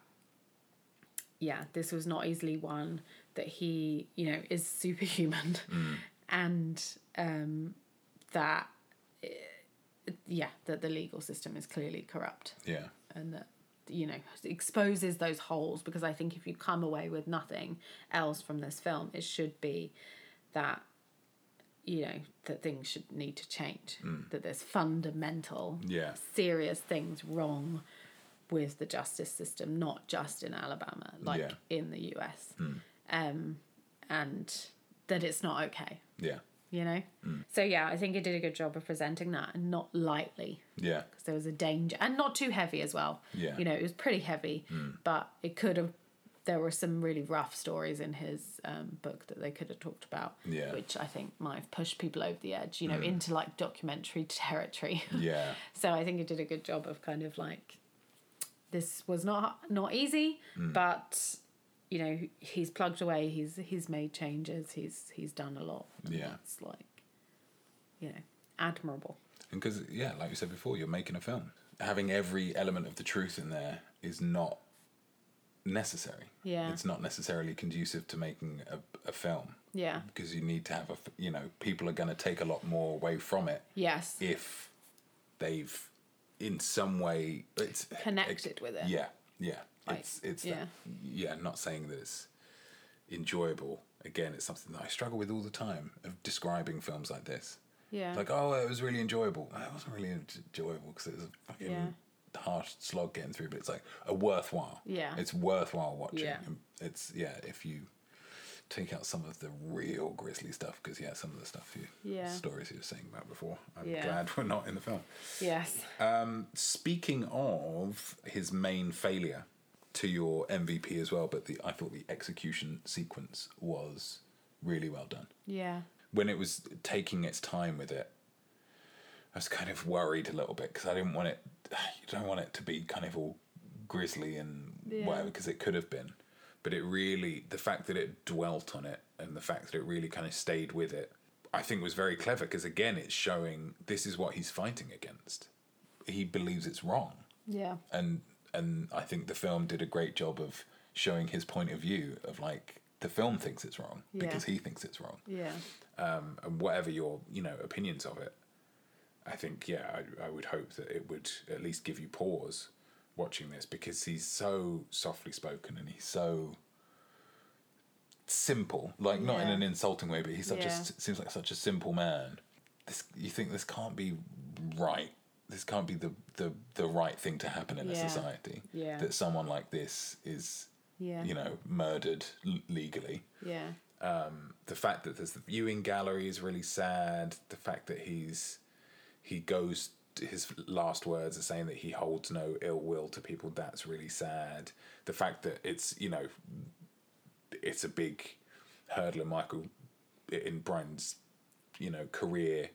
Speaker 2: yeah this was not easily won that he you know is superhuman and um that eh, yeah that the legal system is clearly corrupt
Speaker 1: Yeah.
Speaker 2: and that you know exposes those holes because I think if you come away with nothing else from this film, it should be that you know that things should need to change. That there's fundamental,
Speaker 1: Hmm. Yeah.
Speaker 2: serious things wrong with the justice system, not just in Alabama, like
Speaker 1: Yeah. Hmm.
Speaker 2: in the U.S. Um, and that it's not okay.
Speaker 1: Yeah.
Speaker 2: You know,
Speaker 1: Hmm.
Speaker 2: so yeah, I think it did a good job of presenting that and not lightly
Speaker 1: Yeah.
Speaker 2: because there was a danger and not too heavy as well.
Speaker 1: Yeah. Hmm.
Speaker 2: You know, it was pretty heavy, but it could have. There were some really rough stories in his um, book that they could have talked about,
Speaker 1: Yeah. Hmm.
Speaker 2: which I think might have pushed people over the edge, you know, into like documentary territory.
Speaker 1: Yeah.
Speaker 2: so I think it did a good job of kind of like, this was not not easy,
Speaker 1: Hmm.
Speaker 2: but you know he's plugged away. He's he's made changes. He's he's done a lot. and
Speaker 1: Yeah.
Speaker 2: that's like, you know, admirable.
Speaker 1: And because yeah, like you said before, you're making a film. Having every element of the truth in there is not necessary.
Speaker 2: Yeah.
Speaker 1: It's not necessarily conducive to making a, a film
Speaker 2: Yeah.
Speaker 1: because you need to have a, f- you know, people are going to take a lot more away from it
Speaker 2: Yes.
Speaker 1: if they've in some way it's
Speaker 2: Connected with it.
Speaker 1: Yeah, yeah.
Speaker 2: Like,
Speaker 1: it's it's
Speaker 2: yeah.
Speaker 1: that, yeah. Not saying that it's enjoyable. Again, it's something that I struggle with all the time of describing films like this.
Speaker 2: Yeah.
Speaker 1: Like, oh, it was really enjoyable. No, It wasn't really en- enjoyable because it was a fucking
Speaker 2: Yeah.
Speaker 1: harsh slog getting through. But it's like a worthwhile.
Speaker 2: Yeah.
Speaker 1: It's worthwhile watching.
Speaker 2: Yeah.
Speaker 1: And It's yeah. If you take out some of the real grisly stuff, because yeah, some of the stuff you
Speaker 2: Yeah.
Speaker 1: stories you were saying about before. I'm
Speaker 2: Yeah.
Speaker 1: glad we're not in the film.
Speaker 2: yes.
Speaker 1: uh, Speaking of his main failure to your MVP as well, but the I thought the execution sequence was really well done.
Speaker 2: yeah.
Speaker 1: When it was taking its time with it, I was kind of worried a little bit because I didn't want it. You don't want it to be kind of all grisly and
Speaker 2: Yeah.
Speaker 1: whatever because it could have been, but it really the fact that it dwelt on it and the fact that it really kind of stayed with it, I think was very clever because again it's showing this is what he's fighting against. He believes it's wrong
Speaker 2: Yeah.
Speaker 1: and and I think the film did a great job of showing his point of view of like the film thinks it's wrong
Speaker 2: Yeah.
Speaker 1: because he thinks it's wrong,
Speaker 2: Yeah.
Speaker 1: um, and whatever your you know opinions of it, I think yeah, I, I would hope that it would at least give you pause watching this because he's so softly spoken and he's so simple, like not in
Speaker 2: Yeah.
Speaker 1: an insulting way, but he's such a
Speaker 2: Yeah.
Speaker 1: s seems like such a simple man. This you think this can't be right. This can't be the the, the right thing to happen in a
Speaker 2: Yeah.
Speaker 1: society.
Speaker 2: Yeah.
Speaker 1: That someone like this is
Speaker 2: Yeah.
Speaker 1: you know murdered l- legally
Speaker 2: Yeah.
Speaker 1: the fact that there's the viewing gallery is really sad. The fact that he's he goes his last words are saying that he holds no ill will to people. That's really sad. The fact that it's you know it's a big hurdle in Michael in Brian's you know career.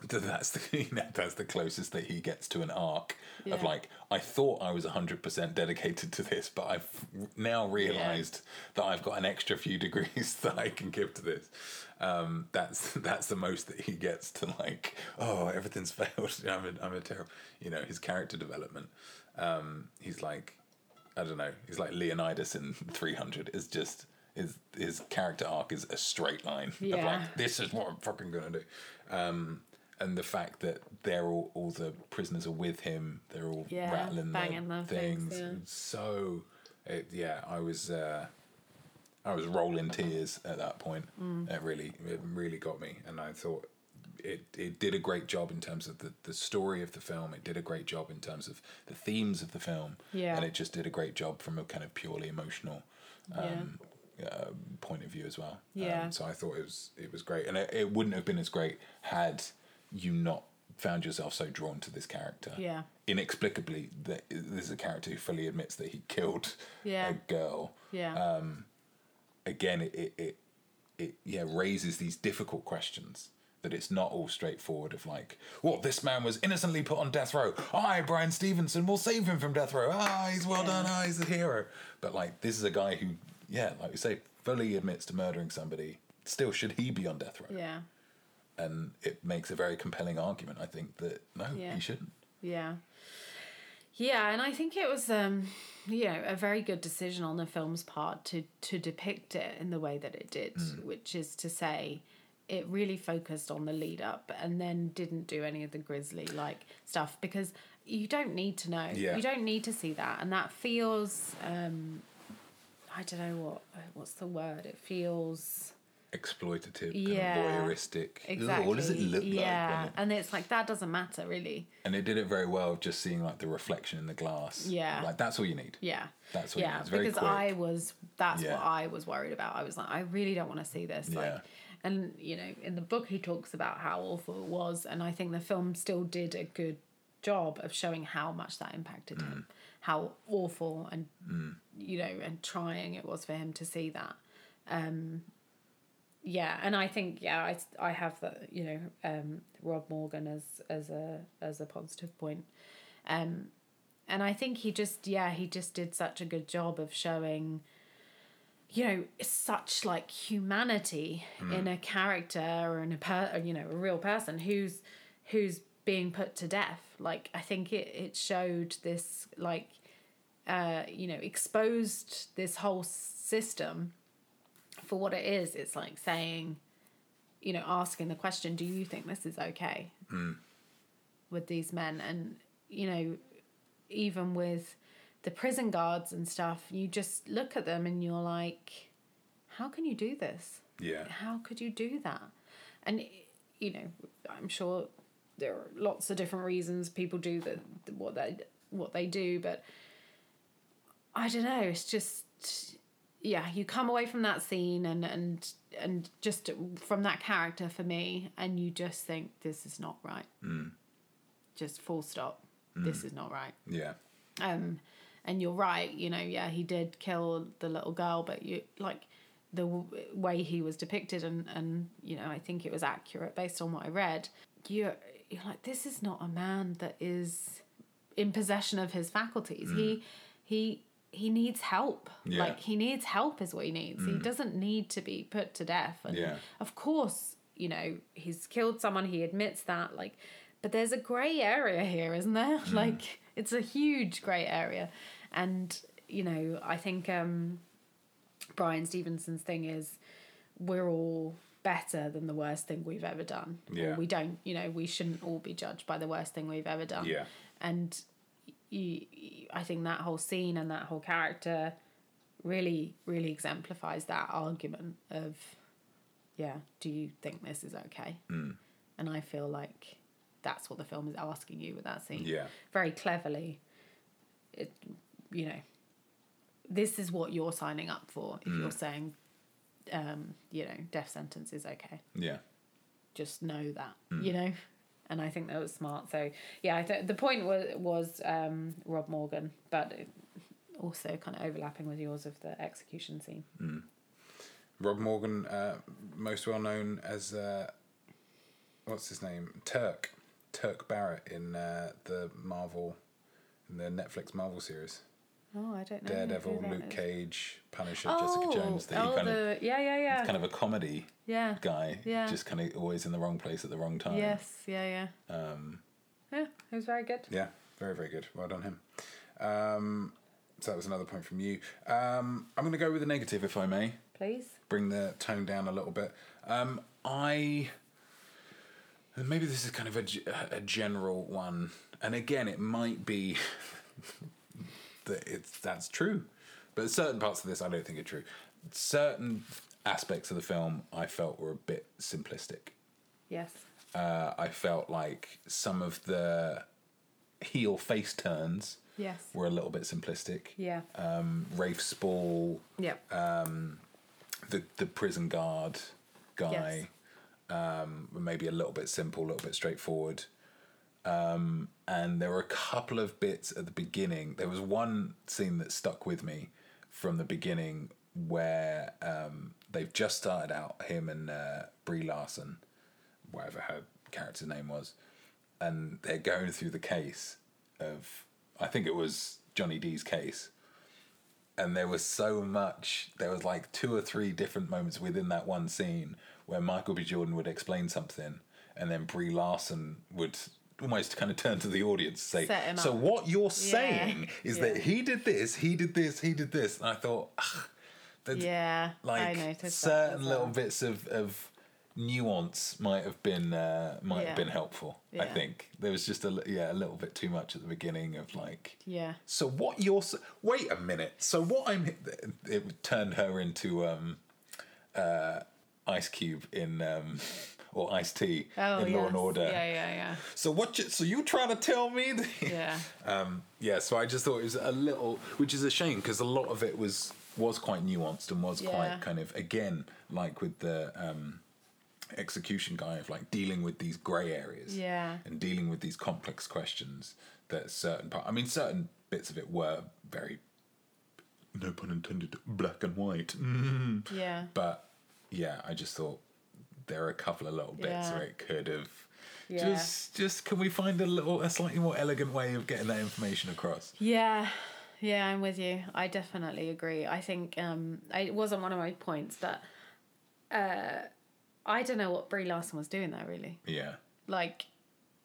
Speaker 1: That that's the you know, that's the closest that he gets to an arc of
Speaker 2: Yeah.
Speaker 1: like I thought I was hundred percent dedicated to this, but I've now realised that I've got an extra few degrees that I can give to this. Um, that's that's the most that he gets to like. Oh, everything's failed. I'm a, I'm a terrible. You know his character development. Um, he's like I don't know. He's like Leonidas in 300. Is just his his character arc is a straight line. of
Speaker 2: Yeah.
Speaker 1: like, this is what I'm fucking gonna do. Um, and the fact that they're all all the prisoners are with him. They're all
Speaker 2: Yeah,
Speaker 1: rattling their
Speaker 2: banging their
Speaker 1: things.
Speaker 2: things, yeah.
Speaker 1: So, it, yeah, I was. Uh, I was rolling tears at that point.
Speaker 2: Mm.
Speaker 1: It really, it really got me, and I thought it it did a great job in terms of the the story of the film. It did a great job in terms of the themes of the film,
Speaker 2: Yeah.
Speaker 1: and it just did a great job from a kind of purely emotional um, uh, point of view as well.
Speaker 2: Yeah.
Speaker 1: Um, so I thought it was it was great, and it, it wouldn't have been as great had you not found yourself so drawn to this character.
Speaker 2: Yeah.
Speaker 1: Inexplicably, that this is a character who fully admits that he killed
Speaker 2: Yeah.
Speaker 1: a girl
Speaker 2: Yeah.
Speaker 1: uh, again it, it it it yeah raises these difficult questions that it's not all straightforward of like well this man was innocently put on death row i brian stevenson will save him from death row ah he's well done ah he's a hero but like this is a guy who yeah like we say fully admits to murdering somebody still should he be on death row
Speaker 2: yeah.
Speaker 1: and it makes a very compelling argument i think that no
Speaker 2: Yeah.
Speaker 1: he shouldn't
Speaker 2: Yeah. Yeah, and I think it was um you know, a very good decision on the film's part to to depict it in the way that it did,
Speaker 1: Hmm.
Speaker 2: which is to say it really focused on the lead up and then didn't do any of the grisly like stuff because you don't need to know.
Speaker 1: Yeah.
Speaker 2: You don't need to see that and that feels um I don't know what what's the word. It feels
Speaker 1: exploitative
Speaker 2: Yeah.
Speaker 1: kind of voyeuristic
Speaker 2: exactly.
Speaker 1: what does it look like when
Speaker 2: yeah,
Speaker 1: it-
Speaker 2: and it's like that doesn't matter really.
Speaker 1: and it did it very well just seeing like the reflection in the glass
Speaker 2: Yeah.
Speaker 1: like that's all you need
Speaker 2: Yeah.
Speaker 1: That's what it
Speaker 2: yeah,
Speaker 1: is, very
Speaker 2: because
Speaker 1: quick.
Speaker 2: I was that's
Speaker 1: Yeah.
Speaker 2: what I was worried about. I was like, I really don't want to see this.
Speaker 1: Yeah.
Speaker 2: Like and you know, in the book he talks about how awful it was and I think the film still did a good job of showing how much that impacted him. How awful and you know, and trying it was for him to see that. Um yeah, and I think yeah, I, I have the you know um, Rob Morgan as as a as a positive point Um, and I think he just yeah he just did such a good job of showing you know such like humanity in a character or in a per you know a real person who's who's being put to death like I think it it showed this like uh, you know, exposed this whole system for what it is. It's like saying, you know, asking the question, do you think this is okay with these men? And, you know, even with the prison guards and stuff, you just look at them and you're like, how can you do this?
Speaker 1: Yeah.
Speaker 2: How could you do that? And, you know, I'm sure there are lots of different reasons people do the, what they what they do, but I don't know. It's just yeah, you come away from that scene and and and just from that character for me, and you just think this is not right. Just full stop. This is not right.
Speaker 1: Yeah.
Speaker 2: Um, and you're right. You know, yeah, he did kill the little girl, but you like the w- way he was depicted, and and you know, I think it was accurate based on what I read. You you're like, this is not a man that is in possession of his faculties. He he he needs help.
Speaker 1: Yeah.
Speaker 2: Like he needs help is what he needs. He doesn't need to be put to death. And
Speaker 1: Yeah.
Speaker 2: of course, you know, he's killed someone, he admits that, like but there's a grey area here, isn't there?
Speaker 1: Hmm.
Speaker 2: Like it's a huge grey area. And, you know, I think um Brian Stevenson's thing is we're all better than the worst thing we've ever done.
Speaker 1: Yeah.
Speaker 2: Or we don't, you know, we shouldn't all be judged by the worst thing we've ever done.
Speaker 1: Yeah.
Speaker 2: And you, I think that whole scene and that whole character really, really exemplifies that argument of, yeah, do you think this is okay?
Speaker 1: Mm.
Speaker 2: And I feel like that's what the film is asking you with that scene.
Speaker 1: Yeah.
Speaker 2: Very cleverly, it, you know, this is what you're signing up for if
Speaker 1: Mm.
Speaker 2: you're saying, um, you know, death sentence is okay
Speaker 1: Yeah.
Speaker 2: just know that
Speaker 1: Mm.
Speaker 2: you know and i think that was smart so yeah I th- the point was was um, rob morgan but it- also kind of overlapping with yours of the execution scene
Speaker 1: Rob Morgan, uh, most well known as uh, what's his name, Turk, Turk Barrett in uh, the Marvel, in the Netflix Marvel series,
Speaker 2: oh i don't know
Speaker 1: Daredevil,
Speaker 2: who that
Speaker 1: Luke
Speaker 2: is.
Speaker 1: Cage, Punisher,
Speaker 2: oh,
Speaker 1: Jessica Jones. That he
Speaker 2: oh,
Speaker 1: kind of
Speaker 2: the, yeah yeah yeah
Speaker 1: kind of a comedy
Speaker 2: yeah
Speaker 1: guy,
Speaker 2: Yeah.
Speaker 1: just kind of always in the wrong place at the wrong time.
Speaker 2: yes yeah yeah
Speaker 1: Um,
Speaker 2: yeah it was very good
Speaker 1: yeah, very very good. Well done him. Um, so that was another point from you. Um, I'm going to go with a negative, if I may.
Speaker 2: please
Speaker 1: bring the tone down a little bit. Um, I and maybe this is kind of a, g- a general one, and again, it might be that it's that's true, but certain parts of this I don't think are true. Certain aspects of the film I felt were a bit simplistic
Speaker 2: yes
Speaker 1: uh, I felt like some of the heel face turns
Speaker 2: Yes.
Speaker 1: were a little bit simplistic.
Speaker 2: Yeah.
Speaker 1: Um, Rafe Spall.
Speaker 2: Yep.
Speaker 1: Um, the the prison guard guy. Um, were maybe a little bit simple, a little bit straightforward. Um, and there were a couple of bits at the beginning. There was one scene that stuck with me from the beginning where um, they've just started out him and uh, Brie Larson whatever her character's name was, and they're going through the case of I think it was Johnny D's case. And there was so much there was like two or three different moments within that one scene where Michael B. Jordan would explain something and then Brie Larson would almost kind of turn to the audience and
Speaker 2: Set
Speaker 1: say
Speaker 2: him
Speaker 1: So
Speaker 2: up.
Speaker 1: what you're saying is that
Speaker 2: Yeah.
Speaker 1: he did this, he did this, he did this and I thought "Ugh, that's-
Speaker 2: yeah I
Speaker 1: like
Speaker 2: noticed that
Speaker 1: certain
Speaker 2: as
Speaker 1: little
Speaker 2: well.
Speaker 1: bits of, of nuance might have been uh, might
Speaker 2: Yeah.
Speaker 1: have been helpful. I
Speaker 2: Yeah.
Speaker 1: think there was just a li- yeah a little bit too much at the beginning of like
Speaker 2: yeah
Speaker 1: so what you're s- wait a minute so what I'm it turned her into um uh Ice Cube in um or Ice Tea
Speaker 2: oh
Speaker 1: in Law and
Speaker 2: yes.
Speaker 1: Order.
Speaker 2: yeah yeah
Speaker 1: So what you so you trying to tell me that
Speaker 2: yeah yeah
Speaker 1: um, yeah, so I just thought it was a little, which is a shame because a lot of it was was quite nuanced and was
Speaker 2: Yeah.
Speaker 1: quite kind of again like with the um, execution guy of like dealing with these grey areas,
Speaker 2: Yeah.
Speaker 1: and dealing with these complex questions that certain part. I mean, certain bits of it were very, no pun intended, black and white. Mm.
Speaker 2: yeah
Speaker 1: But yeah, I just thought there are a couple of little bits
Speaker 2: Yeah.
Speaker 1: where it could have.
Speaker 2: Yeah.
Speaker 1: Just, just can we find a little, a slightly more elegant way of getting that information across?
Speaker 2: Yeah, yeah, I'm with you. I definitely agree. I think um, I- it wasn't one of my points, but uh, I don't know what Brie Larson was doing there really.
Speaker 1: Yeah,
Speaker 2: Like,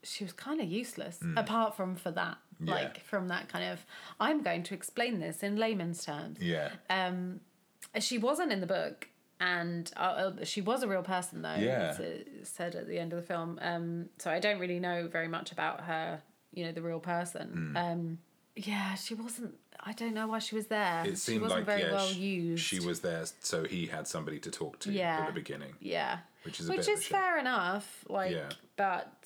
Speaker 2: she was kind of useless, apart from for that
Speaker 1: Mm. Yeah.
Speaker 2: like from that kind of I'm going to explain this in layman's terms.
Speaker 1: Yeah.
Speaker 2: Um, she wasn't in the book, and uh, uh, she was a real person though.
Speaker 1: Yeah.
Speaker 2: as it said at the end of the film. Um, so I don't really know very much about her. You know, the real
Speaker 1: Mm.
Speaker 2: person. Um, yeah, she wasn't. I don't know why she was there.
Speaker 1: it
Speaker 2: she
Speaker 1: seemed
Speaker 2: wasn't
Speaker 1: like
Speaker 2: very
Speaker 1: yeah,
Speaker 2: well
Speaker 1: sh-
Speaker 2: used.
Speaker 1: she was there, so he had somebody to talk to
Speaker 2: Yeah.
Speaker 1: at the beginning.
Speaker 2: Yeah.
Speaker 1: Which is a bit of a shame.
Speaker 2: fair enough. Like,
Speaker 1: Yeah.
Speaker 2: but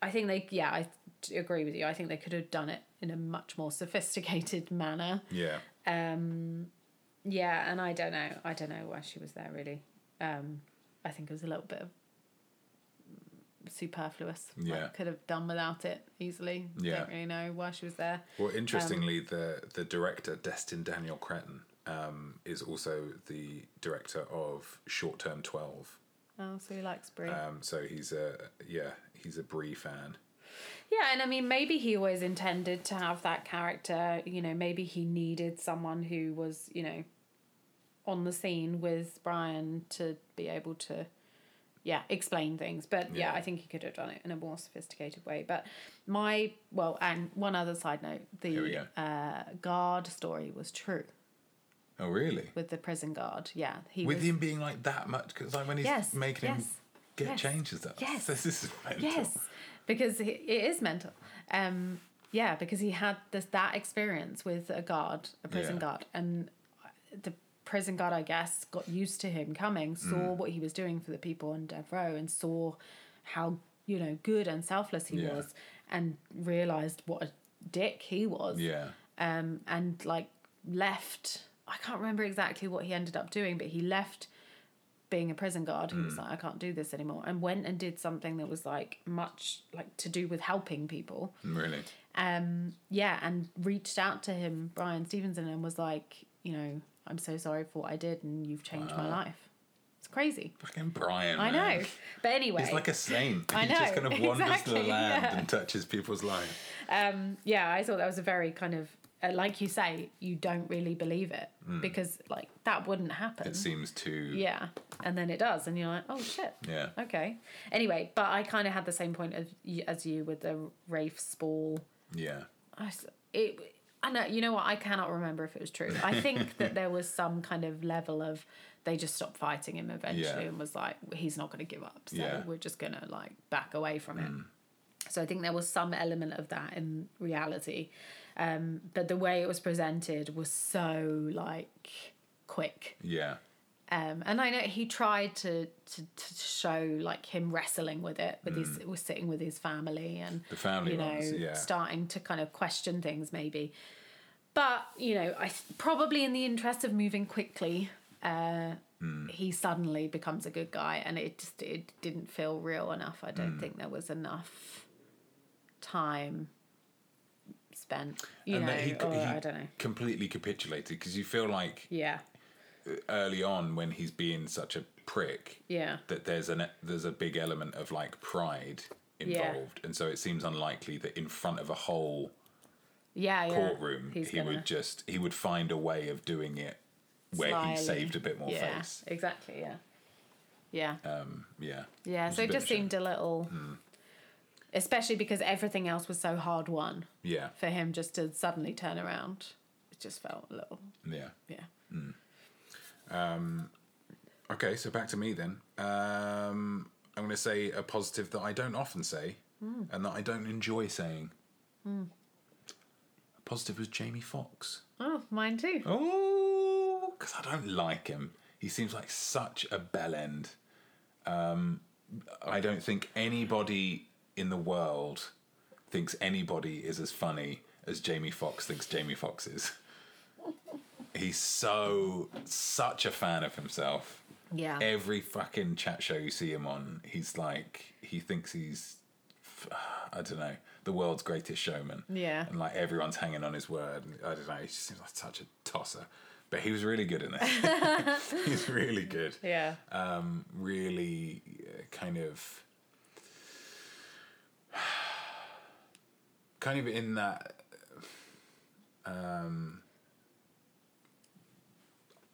Speaker 2: I think they, yeah, I d- agree with you. I think they could have done it in a much more sophisticated manner.
Speaker 1: Yeah,
Speaker 2: Um, yeah, and I don't know. I don't know why she was there really. Um, I think it was a little bit of superfluous. Like,
Speaker 1: Yeah.
Speaker 2: could have done without it easily.
Speaker 1: Yeah.
Speaker 2: Don't really know why she was there.
Speaker 1: Well, interestingly,
Speaker 2: Um,
Speaker 1: the the director Destin Daniel Cretton um, is also the director of Short Term Twelve.
Speaker 2: Oh, so he likes Brie.
Speaker 1: Um, so he's a yeah, he's a Brie fan.
Speaker 2: Yeah, and I mean, maybe he always intended to have that character. You know, maybe he needed someone who was, you know, on the scene with Brian to be able to, yeah, explain things. But
Speaker 1: Yeah.
Speaker 2: yeah, I think he could have done it in a more sophisticated way. But my, well, and one other side note
Speaker 1: Here we
Speaker 2: the
Speaker 1: go.
Speaker 2: uh, guard story was true
Speaker 1: Oh, really?
Speaker 2: with the prison guard. Yeah. He
Speaker 1: With
Speaker 2: was,
Speaker 1: him being like that much, because like when he's
Speaker 2: Yes,
Speaker 1: making him
Speaker 2: yes,
Speaker 1: get
Speaker 2: yes,
Speaker 1: changes up.
Speaker 2: yes,
Speaker 1: this is mental.
Speaker 2: Yes, because he- it is mental. Um, yeah, because he had this that experience with a guard, a prison
Speaker 1: Yeah.
Speaker 2: guard, and the prison guard, I guess, got used to him coming, saw
Speaker 1: Mm.
Speaker 2: what he was doing for the people on Death Row, and saw how you know good and selfless he
Speaker 1: Yeah.
Speaker 2: was, and realized what a dick he was
Speaker 1: Yeah.
Speaker 2: um, and like left. I can't remember exactly what he ended up doing, but he left being a prison guard. He
Speaker 1: Hmm.
Speaker 2: was like, I can't do this anymore, and went and did something that was like much like to do with helping people.
Speaker 1: Really.
Speaker 2: Um, yeah, and reached out to him, Brian Stevenson, and was like, you know, I'm so sorry for what I did, and you've changed my life. It's crazy.
Speaker 1: Fucking Brian.
Speaker 2: I
Speaker 1: man.
Speaker 2: know, but anyway,
Speaker 1: He's like a saint.
Speaker 2: I
Speaker 1: he just
Speaker 2: know,
Speaker 1: kind of wanders the
Speaker 2: exactly,
Speaker 1: land
Speaker 2: yeah.
Speaker 1: and touches people's life.
Speaker 2: um, yeah, I thought that was a very kind of uh, like you say, you don't really believe it
Speaker 1: Hmm.
Speaker 2: because like that wouldn't happen.
Speaker 1: It seems too.
Speaker 2: Yeah, and then it does, and you're like, oh shit.
Speaker 1: Yeah.
Speaker 2: Okay. Anyway, but I kind of had the same point of, as you with the Rafe Spall.
Speaker 1: Yeah.
Speaker 2: I s it. I know. You know what? I cannot remember if it was true. I think that there was some kind of level of they just stopped fighting him eventually
Speaker 1: Yeah.
Speaker 2: and was like, he's not going to give up, so
Speaker 1: Yeah. Mm.
Speaker 2: we're just going to like back away from it. So I think there was some element of that in reality, um, but the way it was presented was so like quick
Speaker 1: Yeah.
Speaker 2: um, and I know he tried to, to to show like him wrestling with it, with his was sitting with his family and
Speaker 1: Mm. The family
Speaker 2: you know
Speaker 1: ones, yeah.
Speaker 2: starting to kind of question things maybe, but you know I th- probably in the interest of moving quickly, uh,
Speaker 1: Mm.
Speaker 2: he suddenly becomes a good guy, and it just it didn't feel real enough. I
Speaker 1: Mm.
Speaker 2: don't think there was enough time spent, you know, or I don't know,
Speaker 1: completely capitulated because you feel like
Speaker 2: yeah,
Speaker 1: early on when he's being such a prick
Speaker 2: yeah.
Speaker 1: that there's an there's a big element of like pride
Speaker 2: Yeah.
Speaker 1: involved and so it seems unlikely that in front of a whole
Speaker 2: Yeah, yeah.
Speaker 1: courtroom
Speaker 2: He's
Speaker 1: he
Speaker 2: gonna-
Speaker 1: would just he would find a way of doing it where he
Speaker 2: Slyly.
Speaker 1: saved a bit more
Speaker 2: yeah,
Speaker 1: face
Speaker 2: Exactly. Yeah. Yeah.
Speaker 1: um yeah Which
Speaker 2: yeah.
Speaker 1: is
Speaker 2: So
Speaker 1: a
Speaker 2: it
Speaker 1: bit of
Speaker 2: just
Speaker 1: a shame. Hmm.
Speaker 2: seemed a little, especially because everything else was so hard won
Speaker 1: yeah
Speaker 2: for him just to suddenly turn around. It just felt a little.
Speaker 1: yeah
Speaker 2: Yeah.
Speaker 1: okay so back to me then um i'm going to say a positive that i don't often say and that i don't enjoy saying A positive was jamie fox
Speaker 2: Oh, mine too.
Speaker 1: Oh, because I don't like him. He seems like such a bell end. Um, I don't think anybody in the world thinks anybody is as funny as Jamie Foxx thinks Jamie Foxx is. He's so such a fan of himself.
Speaker 2: Yeah.
Speaker 1: Every fucking chat show you see him on, he's like he thinks he's I don't know the world's greatest showman.
Speaker 2: Yeah.
Speaker 1: and like everyone's hanging on his word. and I don't know. He just seems like such a tosser, but he was really good in this. He's really good.
Speaker 2: yeah.
Speaker 1: Um, really uh, kind of. Kind of in that um,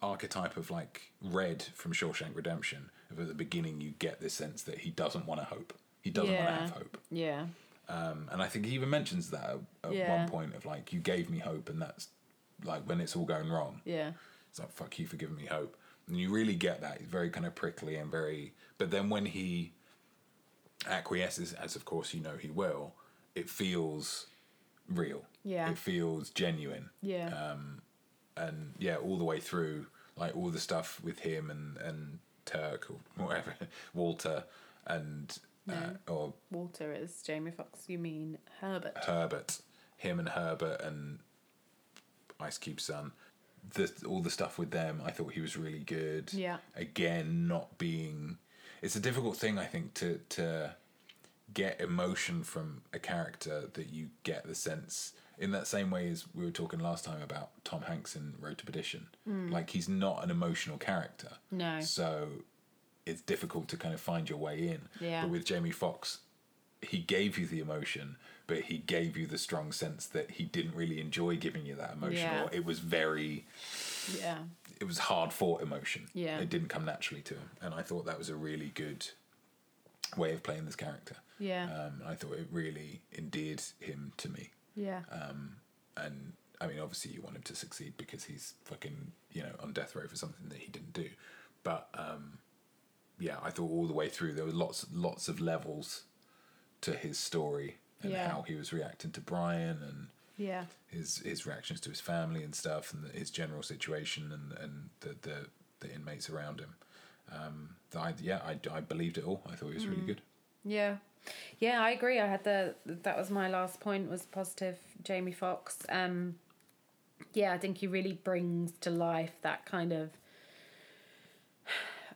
Speaker 1: archetype of like Red from Shawshank Redemption. Of at the beginning, you get this sense that he doesn't want to hope. He doesn't want
Speaker 2: Yeah.
Speaker 1: to have hope.
Speaker 2: yeah.
Speaker 1: Um, and I think he even mentions that at, at
Speaker 2: Yeah.
Speaker 1: one point of like, you gave me hope, and that's like when it's all going wrong.
Speaker 2: Yeah.
Speaker 1: It's like, fuck you for giving me hope. And you really get that. He's very kind of prickly and very. But then when he acquiesces, as of course you know he will, it feels real.
Speaker 2: Yeah.
Speaker 1: It feels genuine.
Speaker 2: Yeah.
Speaker 1: uh, And yeah, all the way through, like all the stuff with him and, and Turk or whatever, Walter and. Uh, or
Speaker 2: Walter is Jamie Fox. You mean Herbert?
Speaker 1: uh, Herbert, him and Herbert and Ice Cube's son, the, all the stuff with them, I thought he was really good.
Speaker 2: Yeah.
Speaker 1: Again, not being, it's a difficult thing I think to to get emotion from a character that you get the sense in that same way as we were talking last time about Tom Hanks in Road to Perdition. Like he's not an emotional character.
Speaker 2: Hmm. No.
Speaker 1: So it's difficult to kind of find your way in.
Speaker 2: Yeah.
Speaker 1: But with Jamie Foxx, he gave you the emotion, but he gave you the strong sense that he didn't really enjoy giving you that emotion.
Speaker 2: Yeah.
Speaker 1: Or it was very,
Speaker 2: yeah.
Speaker 1: it was hard fought emotion.
Speaker 2: Yeah.
Speaker 1: It didn't come naturally to him. And I thought that was a really good way of playing this character.
Speaker 2: Yeah.
Speaker 1: Um, and I thought it really endeared him to me.
Speaker 2: yeah.
Speaker 1: uh, And I mean, obviously, you want him to succeed because he's fucking, you know, on death row for something that he didn't do. But um, yeah, I thought all the way through there were lots, lots of levels to his story and
Speaker 2: Yeah.
Speaker 1: how he was reacting to Brian and
Speaker 2: yeah.
Speaker 1: his his reactions to his family and stuff and his general situation and and the the, the inmates around him. Um, that I, yeah, I, I believed it all. I thought it was
Speaker 2: Mm.
Speaker 1: really good.
Speaker 2: Yeah. Yeah, I agree. I had the that was my last point was positive Jamie Fox. Um yeah, I think he really brings to life that kind of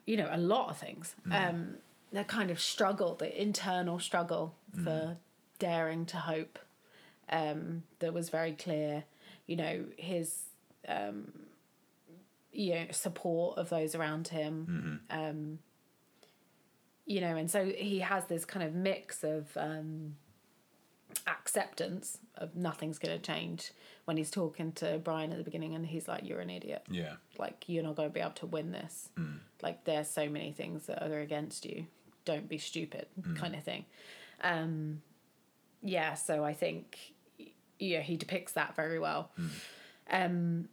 Speaker 2: you know, a lot of things. Um that kind of struggle, the internal struggle for daring to hope. Um that was very clear, you know, his um you know, support of those around him you know, and so he has this kind of mix of um, acceptance of nothing's going to change when he's talking to Brian at the beginning, and he's like, "You're an idiot.
Speaker 1: Yeah,
Speaker 2: Like you're not going to be able to win this. Like there's so many things that are against you. Don't be stupid," kind of thing. Um, yeah, so I think y- yeah he depicts that very well. Um,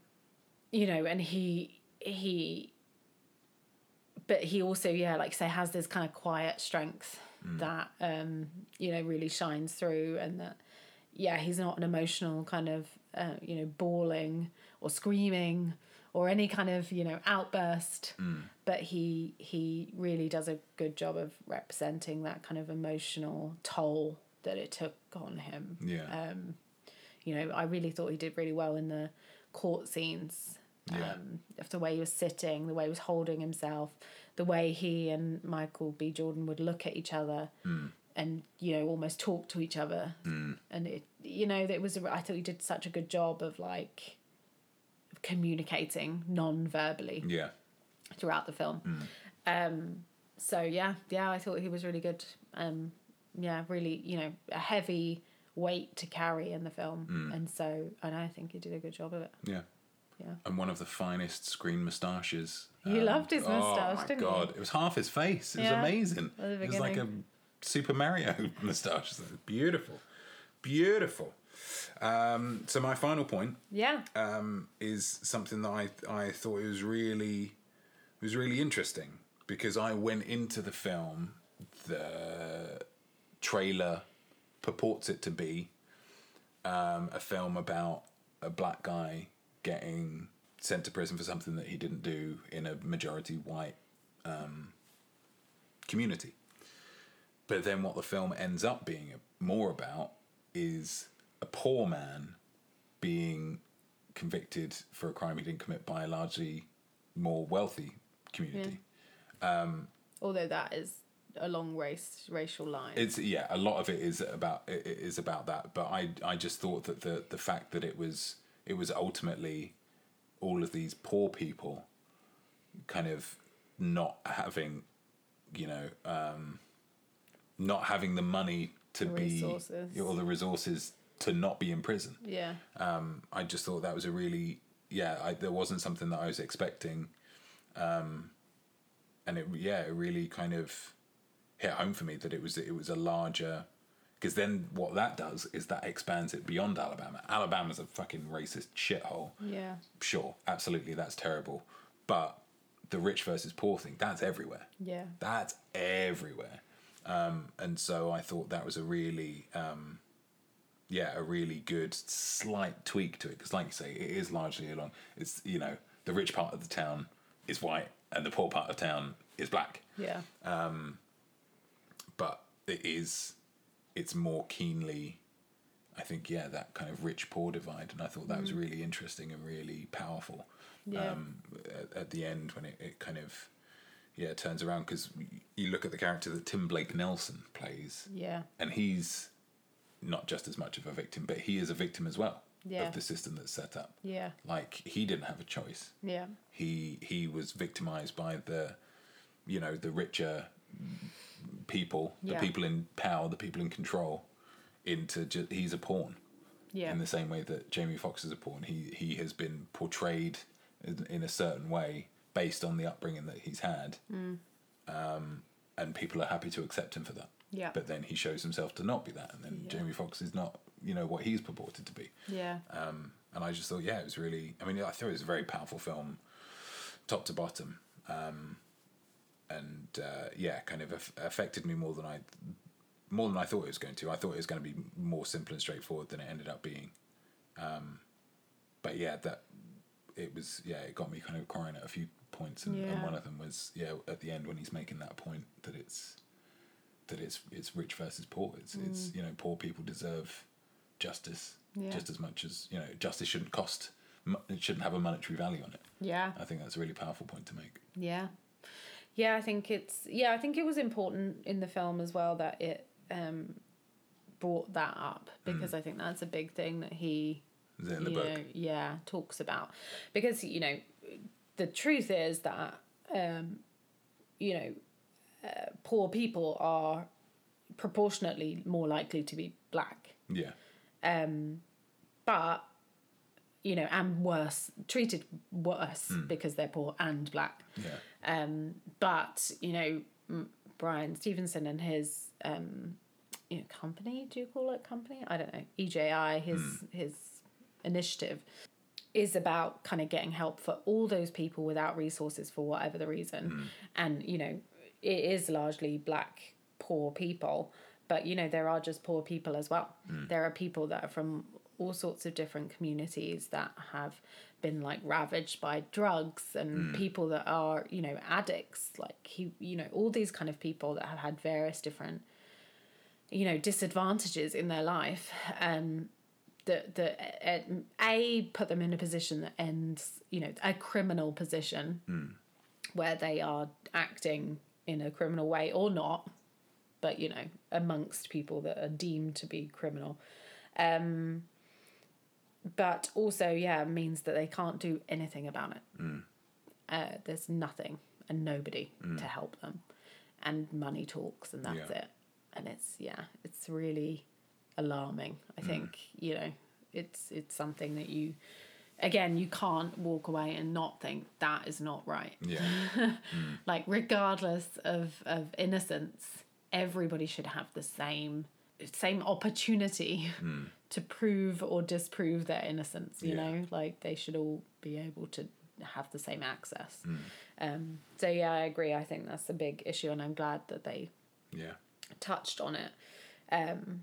Speaker 2: you know, and he he but he also yeah like you say has this kind of quiet strength that um you know really shines through and that yeah he's not an emotional kind of uh, you know bawling or screaming or any kind of you know outburst but he he really does a good job of representing that kind of emotional toll that it took on him
Speaker 1: yeah,
Speaker 2: Um, you know i really thought he did really well in the court scenes
Speaker 1: Yeah.
Speaker 2: um, of the way he was sitting the way he was holding himself the way he and michael b jordan would look at each other
Speaker 1: Hmm.
Speaker 2: and you know almost talk to each other and it you know that was a- I thought he did such a good job of like communicating non-verbally
Speaker 1: yeah.
Speaker 2: throughout the film
Speaker 1: Mm.
Speaker 2: um so yeah yeah i thought he was really good um yeah really you know a heavy weight to carry in the film
Speaker 1: Mm.
Speaker 2: and so and i think he did a good job of it
Speaker 1: Yeah.
Speaker 2: Yeah.
Speaker 1: And one of the finest screen moustaches.
Speaker 2: You loved his moustache,
Speaker 1: oh my
Speaker 2: didn't you?
Speaker 1: god. It was half his face. It
Speaker 2: Yeah,
Speaker 1: was amazing.
Speaker 2: at the
Speaker 1: It was like a
Speaker 2: beginning.
Speaker 1: Super Mario moustache. It was Beautiful. Beautiful. Um, so my final point
Speaker 2: yeah
Speaker 1: um, is something that I I thought was really was really interesting because I went into the film the trailer purports it to be um, a film about a black guy getting sent to prison for something that he didn't do in a majority white um, community. But then what the film ends up being more about is a poor man being convicted for a crime he didn't commit by a largely more wealthy community.
Speaker 2: although that is a long race racial line
Speaker 1: It's yeah, a lot of it is about it it is about that. But I I just thought that the the fact that it was it was ultimately all of these poor people kind of not having you know um not having the money to
Speaker 2: Resources.
Speaker 1: be or the resources to not be in prison
Speaker 2: yeah
Speaker 1: um, I just thought that was a really yeah. I, there wasn't something that I was expecting, um, and it yeah, it really kind of hit home for me that it was it was a larger Because then what that does is that expands it beyond Alabama. Alabama's a fucking racist shithole.
Speaker 2: Yeah.
Speaker 1: Sure, absolutely, that's terrible. But the rich versus poor thing, that's everywhere.
Speaker 2: Yeah.
Speaker 1: That's everywhere. Um, and so I thought that was a really, um, yeah, a really good slight tweak to it because, like you say, it is largely along. It's you know the rich part of the town is white and the poor part of town is black,
Speaker 2: Yeah.
Speaker 1: but it is it's more keenly, I think, yeah, that kind of rich poor divide. And I thought that was really interesting and really powerful
Speaker 2: Yeah.
Speaker 1: um, at, at the end when it, it kind of yeah turns around because you look at the character that Tim Blake Nelson plays
Speaker 2: yeah.
Speaker 1: and he's not just as much of a victim but he is a victim as well
Speaker 2: Yeah.
Speaker 1: of the system that's set up
Speaker 2: Yeah.
Speaker 1: like he didn't have a choice
Speaker 2: Yeah.
Speaker 1: he he was victimized by the you know the richer people the
Speaker 2: Yeah.
Speaker 1: people in power the people in control into just he's a pawn
Speaker 2: Yeah.
Speaker 1: in the same way that Jamie Foxx is a pawn. He he has been portrayed in, in a certain way based on the upbringing that he's had,
Speaker 2: Hmm.
Speaker 1: um, and people are happy to accept him for that.
Speaker 2: Yeah.
Speaker 1: But then he shows himself to not be that, and then
Speaker 2: Yeah.
Speaker 1: Jamie Foxx is not you know what he's purported to be.
Speaker 2: yeah.
Speaker 1: Um, and I just thought, yeah, it was really. I mean, I thought it was a very powerful film, top to bottom, um, and uh, yeah, kind of aff- affected me more than I more than I thought it was going to. I thought it was going to be more simple and straightforward than it ended up being. Um, but yeah, that it was. Yeah, it got me kind of crying at a few points, and, and
Speaker 2: Yeah.
Speaker 1: one of them was yeah at the end when he's making that point that it's that it's it's rich versus poor. It's it's you know poor people deserve justice
Speaker 2: Mm. Yeah.
Speaker 1: just as much as you know justice shouldn't cost. mo- It shouldn't have a monetary value on it.
Speaker 2: Yeah.
Speaker 1: I think that's a really powerful point to make.
Speaker 2: Yeah. Yeah, I think it's yeah, I think it was important in the film as well that it um brought that up because I think that's a big thing that he
Speaker 1: Is it Mm. in the
Speaker 2: you
Speaker 1: book?
Speaker 2: know, yeah, talks about. Because, you know, the truth is that um, you know, uh, poor people are proportionately more likely to be black.
Speaker 1: Yeah,
Speaker 2: But you know, and worse, treated worse
Speaker 1: Mm.
Speaker 2: because they're poor and black.
Speaker 1: yeah,
Speaker 2: Um, but you know, m- Brian Stevenson and his um, you know, company. Do you call it company? I don't know. EJI, his his initiative, is about kind of getting help for all those people without resources for whatever the reason, and you know, it is largely black poor people. But you know there are just poor people as well. There are people that are from all sorts of different communities that have been like ravaged by drugs and people that are you know addicts like he you know all these kind of people that have had various different you know disadvantages in their life um that that uh, a put them in a position that ends you know a criminal position where they are acting in a criminal way or not but you know amongst people that are deemed to be criminal Um, but also yeah means that they can't do anything about it uh, there's nothing and nobody to help them and money talks and that's
Speaker 1: Yeah.
Speaker 2: it and it's yeah it's really alarming i think you know it's it's something that you again you can't walk away and not think that is not right
Speaker 1: yeah,
Speaker 2: like regardless of of innocence everybody should have the same same opportunity to prove or disprove their innocence you
Speaker 1: Yeah.
Speaker 2: know like they should all be able to have the same access um so yeah i agree i think that's a big issue and i'm glad that they
Speaker 1: yeah,
Speaker 2: touched on it um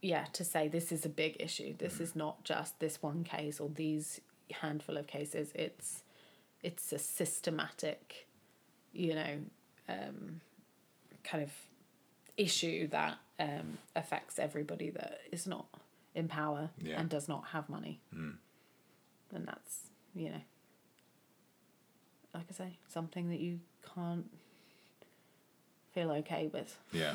Speaker 2: yeah to say this is a big issue this is not just this one case or these handful of cases it's it's a systematic you know um kind of issue that um affects everybody that is not in power
Speaker 1: Yeah.
Speaker 2: and does not have money and that's you know like i say something that you can't feel okay with
Speaker 1: yeah,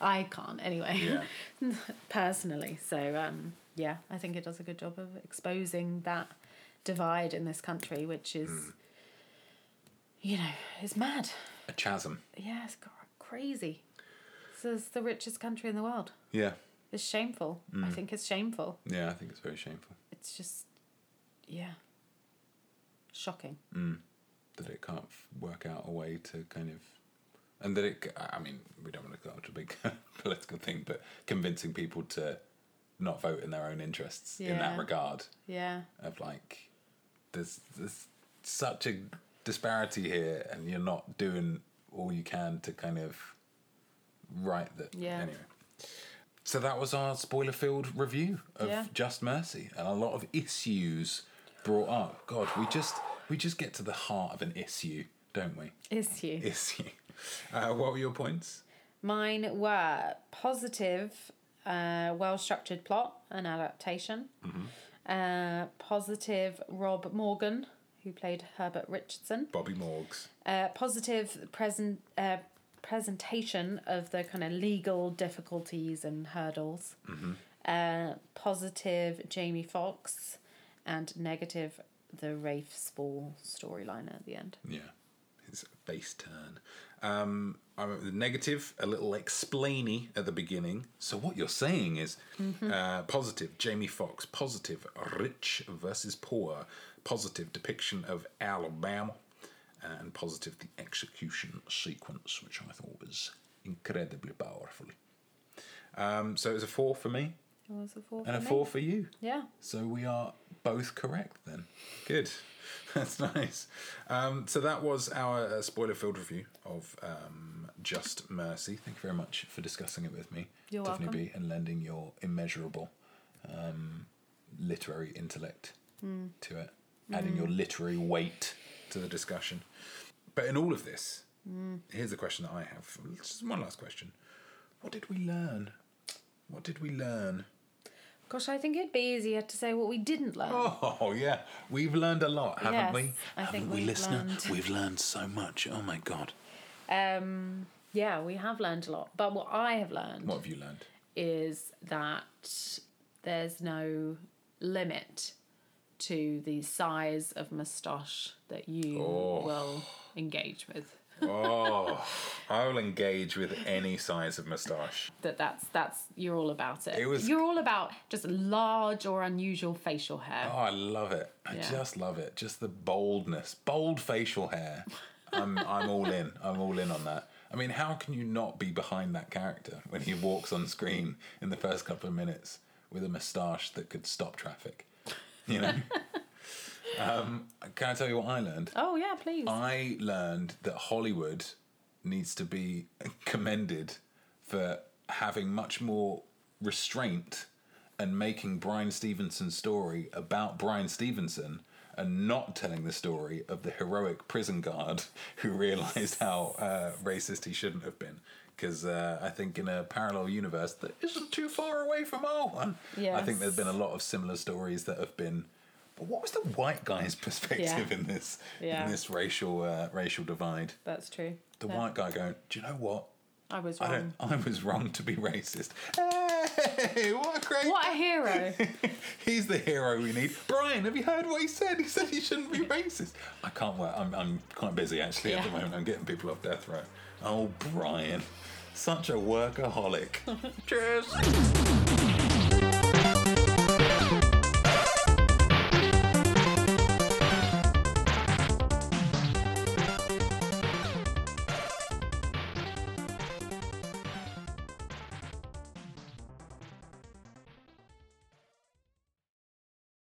Speaker 2: I can't anyway,
Speaker 1: yeah.
Speaker 2: personally. So um, yeah, I think it does a good job of exposing that divide in this country, which is, you know, is mad.
Speaker 1: A chasm.
Speaker 2: Yeah, it's cr- crazy. This is the richest country in the world.
Speaker 1: Yeah,
Speaker 2: It's shameful. I think it's shameful.
Speaker 1: yeah. I think it's very shameful
Speaker 2: It's just, yeah, shocking.
Speaker 1: that it can't f- work out a way to kind of and that it. c- I I mean, we don't want to go up to a big political thing, but convincing people to not vote in their own interests in that
Speaker 2: Yeah.
Speaker 1: regard
Speaker 2: Yeah.
Speaker 1: of like, there's there's such a disparity here, and you're not doing all you can to kind of right that.
Speaker 2: Yeah.
Speaker 1: Anyway. So that was our spoiler-filled review of
Speaker 2: Yeah.
Speaker 1: Just Mercy and a lot of issues brought up. God, we just we just get to the heart of an issue, don't we?
Speaker 2: Is you.
Speaker 1: issue. Uh, what were your points?
Speaker 2: Mine were positive, uh, well structured plot and adaptation,
Speaker 1: Mm-hmm.
Speaker 2: uh, positive Rob Morgan, who played Herbert Richardson,
Speaker 1: Bobby Morgs.
Speaker 2: uh, positive present. Uh, presentation of the kind of legal difficulties and hurdles
Speaker 1: Mm-hmm.
Speaker 2: uh, positive jamie fox and negative the rafe spall storyline at the end
Speaker 1: Yeah, his face turn. Um, I remember the negative, a little explainy at the beginning. So what you're saying is
Speaker 2: Mm-hmm.
Speaker 1: uh, positive. Jamie Foxx, positive. Rich versus poor. Positive depiction of Alabama, and positive the execution sequence, which I thought was incredibly powerful. Um, so it was a four for me
Speaker 2: it was a four
Speaker 1: and
Speaker 2: for
Speaker 1: a
Speaker 2: me.
Speaker 1: four for you.
Speaker 2: yeah
Speaker 1: So we are both correct then. Good. That's nice. Um, so that was our uh, spoiler filled review of um, Just Mercy. Thank you very much for discussing it with me,
Speaker 2: You're
Speaker 1: Tiffany
Speaker 2: welcome.
Speaker 1: B, and lending your immeasurable um, literary intellect
Speaker 2: Mm.
Speaker 1: to it, adding your literary weight to the discussion. But in all of this,
Speaker 2: Mm.
Speaker 1: here's a question that I have. Just one last question. What did we learn? What did we learn?
Speaker 2: gosh i think it'd be easier to say what we didn't learn
Speaker 1: Oh yeah, we've learned a lot, haven't
Speaker 2: Yes,
Speaker 1: we?
Speaker 2: I
Speaker 1: haven't
Speaker 2: think
Speaker 1: we,
Speaker 2: we've
Speaker 1: listener?
Speaker 2: learned.
Speaker 1: We've learned so much. Oh my god,
Speaker 2: Um, yeah, we have learned a lot. But what I have learned
Speaker 1: what have you learned?
Speaker 2: is that there's no limit to the size of moustache that you
Speaker 1: Oh.
Speaker 2: will engage with.
Speaker 1: Oh, I will engage with any size of moustache.
Speaker 2: That that's that's you're all about it.
Speaker 1: It was-
Speaker 2: you're all about just large or unusual facial hair.
Speaker 1: Oh, I love it. I
Speaker 2: Yeah.
Speaker 1: just love it. Just the boldness, bold facial hair. I'm I'm all in. I'm all in on that. I mean, how can you not be behind that character when he walks on screen in the first couple of minutes with a moustache that could stop traffic? You know. um, can I tell you what I learned?
Speaker 2: Oh, yeah, please.
Speaker 1: I learned that Hollywood needs to be commended for having much more restraint and making Brian Stevenson's story about Brian Stevenson and not telling the story of the heroic prison guard who realized how uh, racist he shouldn't have been. Because uh, I think in a parallel universe that isn't too far away from our one, I think there's been
Speaker 2: Yes.
Speaker 1: a lot of similar stories that have been. But what was the white guy's perspective
Speaker 2: Yeah.
Speaker 1: in this
Speaker 2: Yeah.
Speaker 1: in this racial uh, racial divide.
Speaker 2: that's true.
Speaker 1: The
Speaker 2: Yeah.
Speaker 1: white guy going, "Do you know what?
Speaker 2: I was
Speaker 1: I
Speaker 2: wrong.
Speaker 1: don't. I was wrong to be racist. Hey, what a great!
Speaker 2: What a hero!
Speaker 1: He's the hero we need. Brian, have you heard what he said? He said he shouldn't be racist. I can't work. I'm I'm quite busy actually at the
Speaker 2: Yeah.
Speaker 1: moment. I'm getting people off death row. Oh, Brian, such a workaholic. Cheers.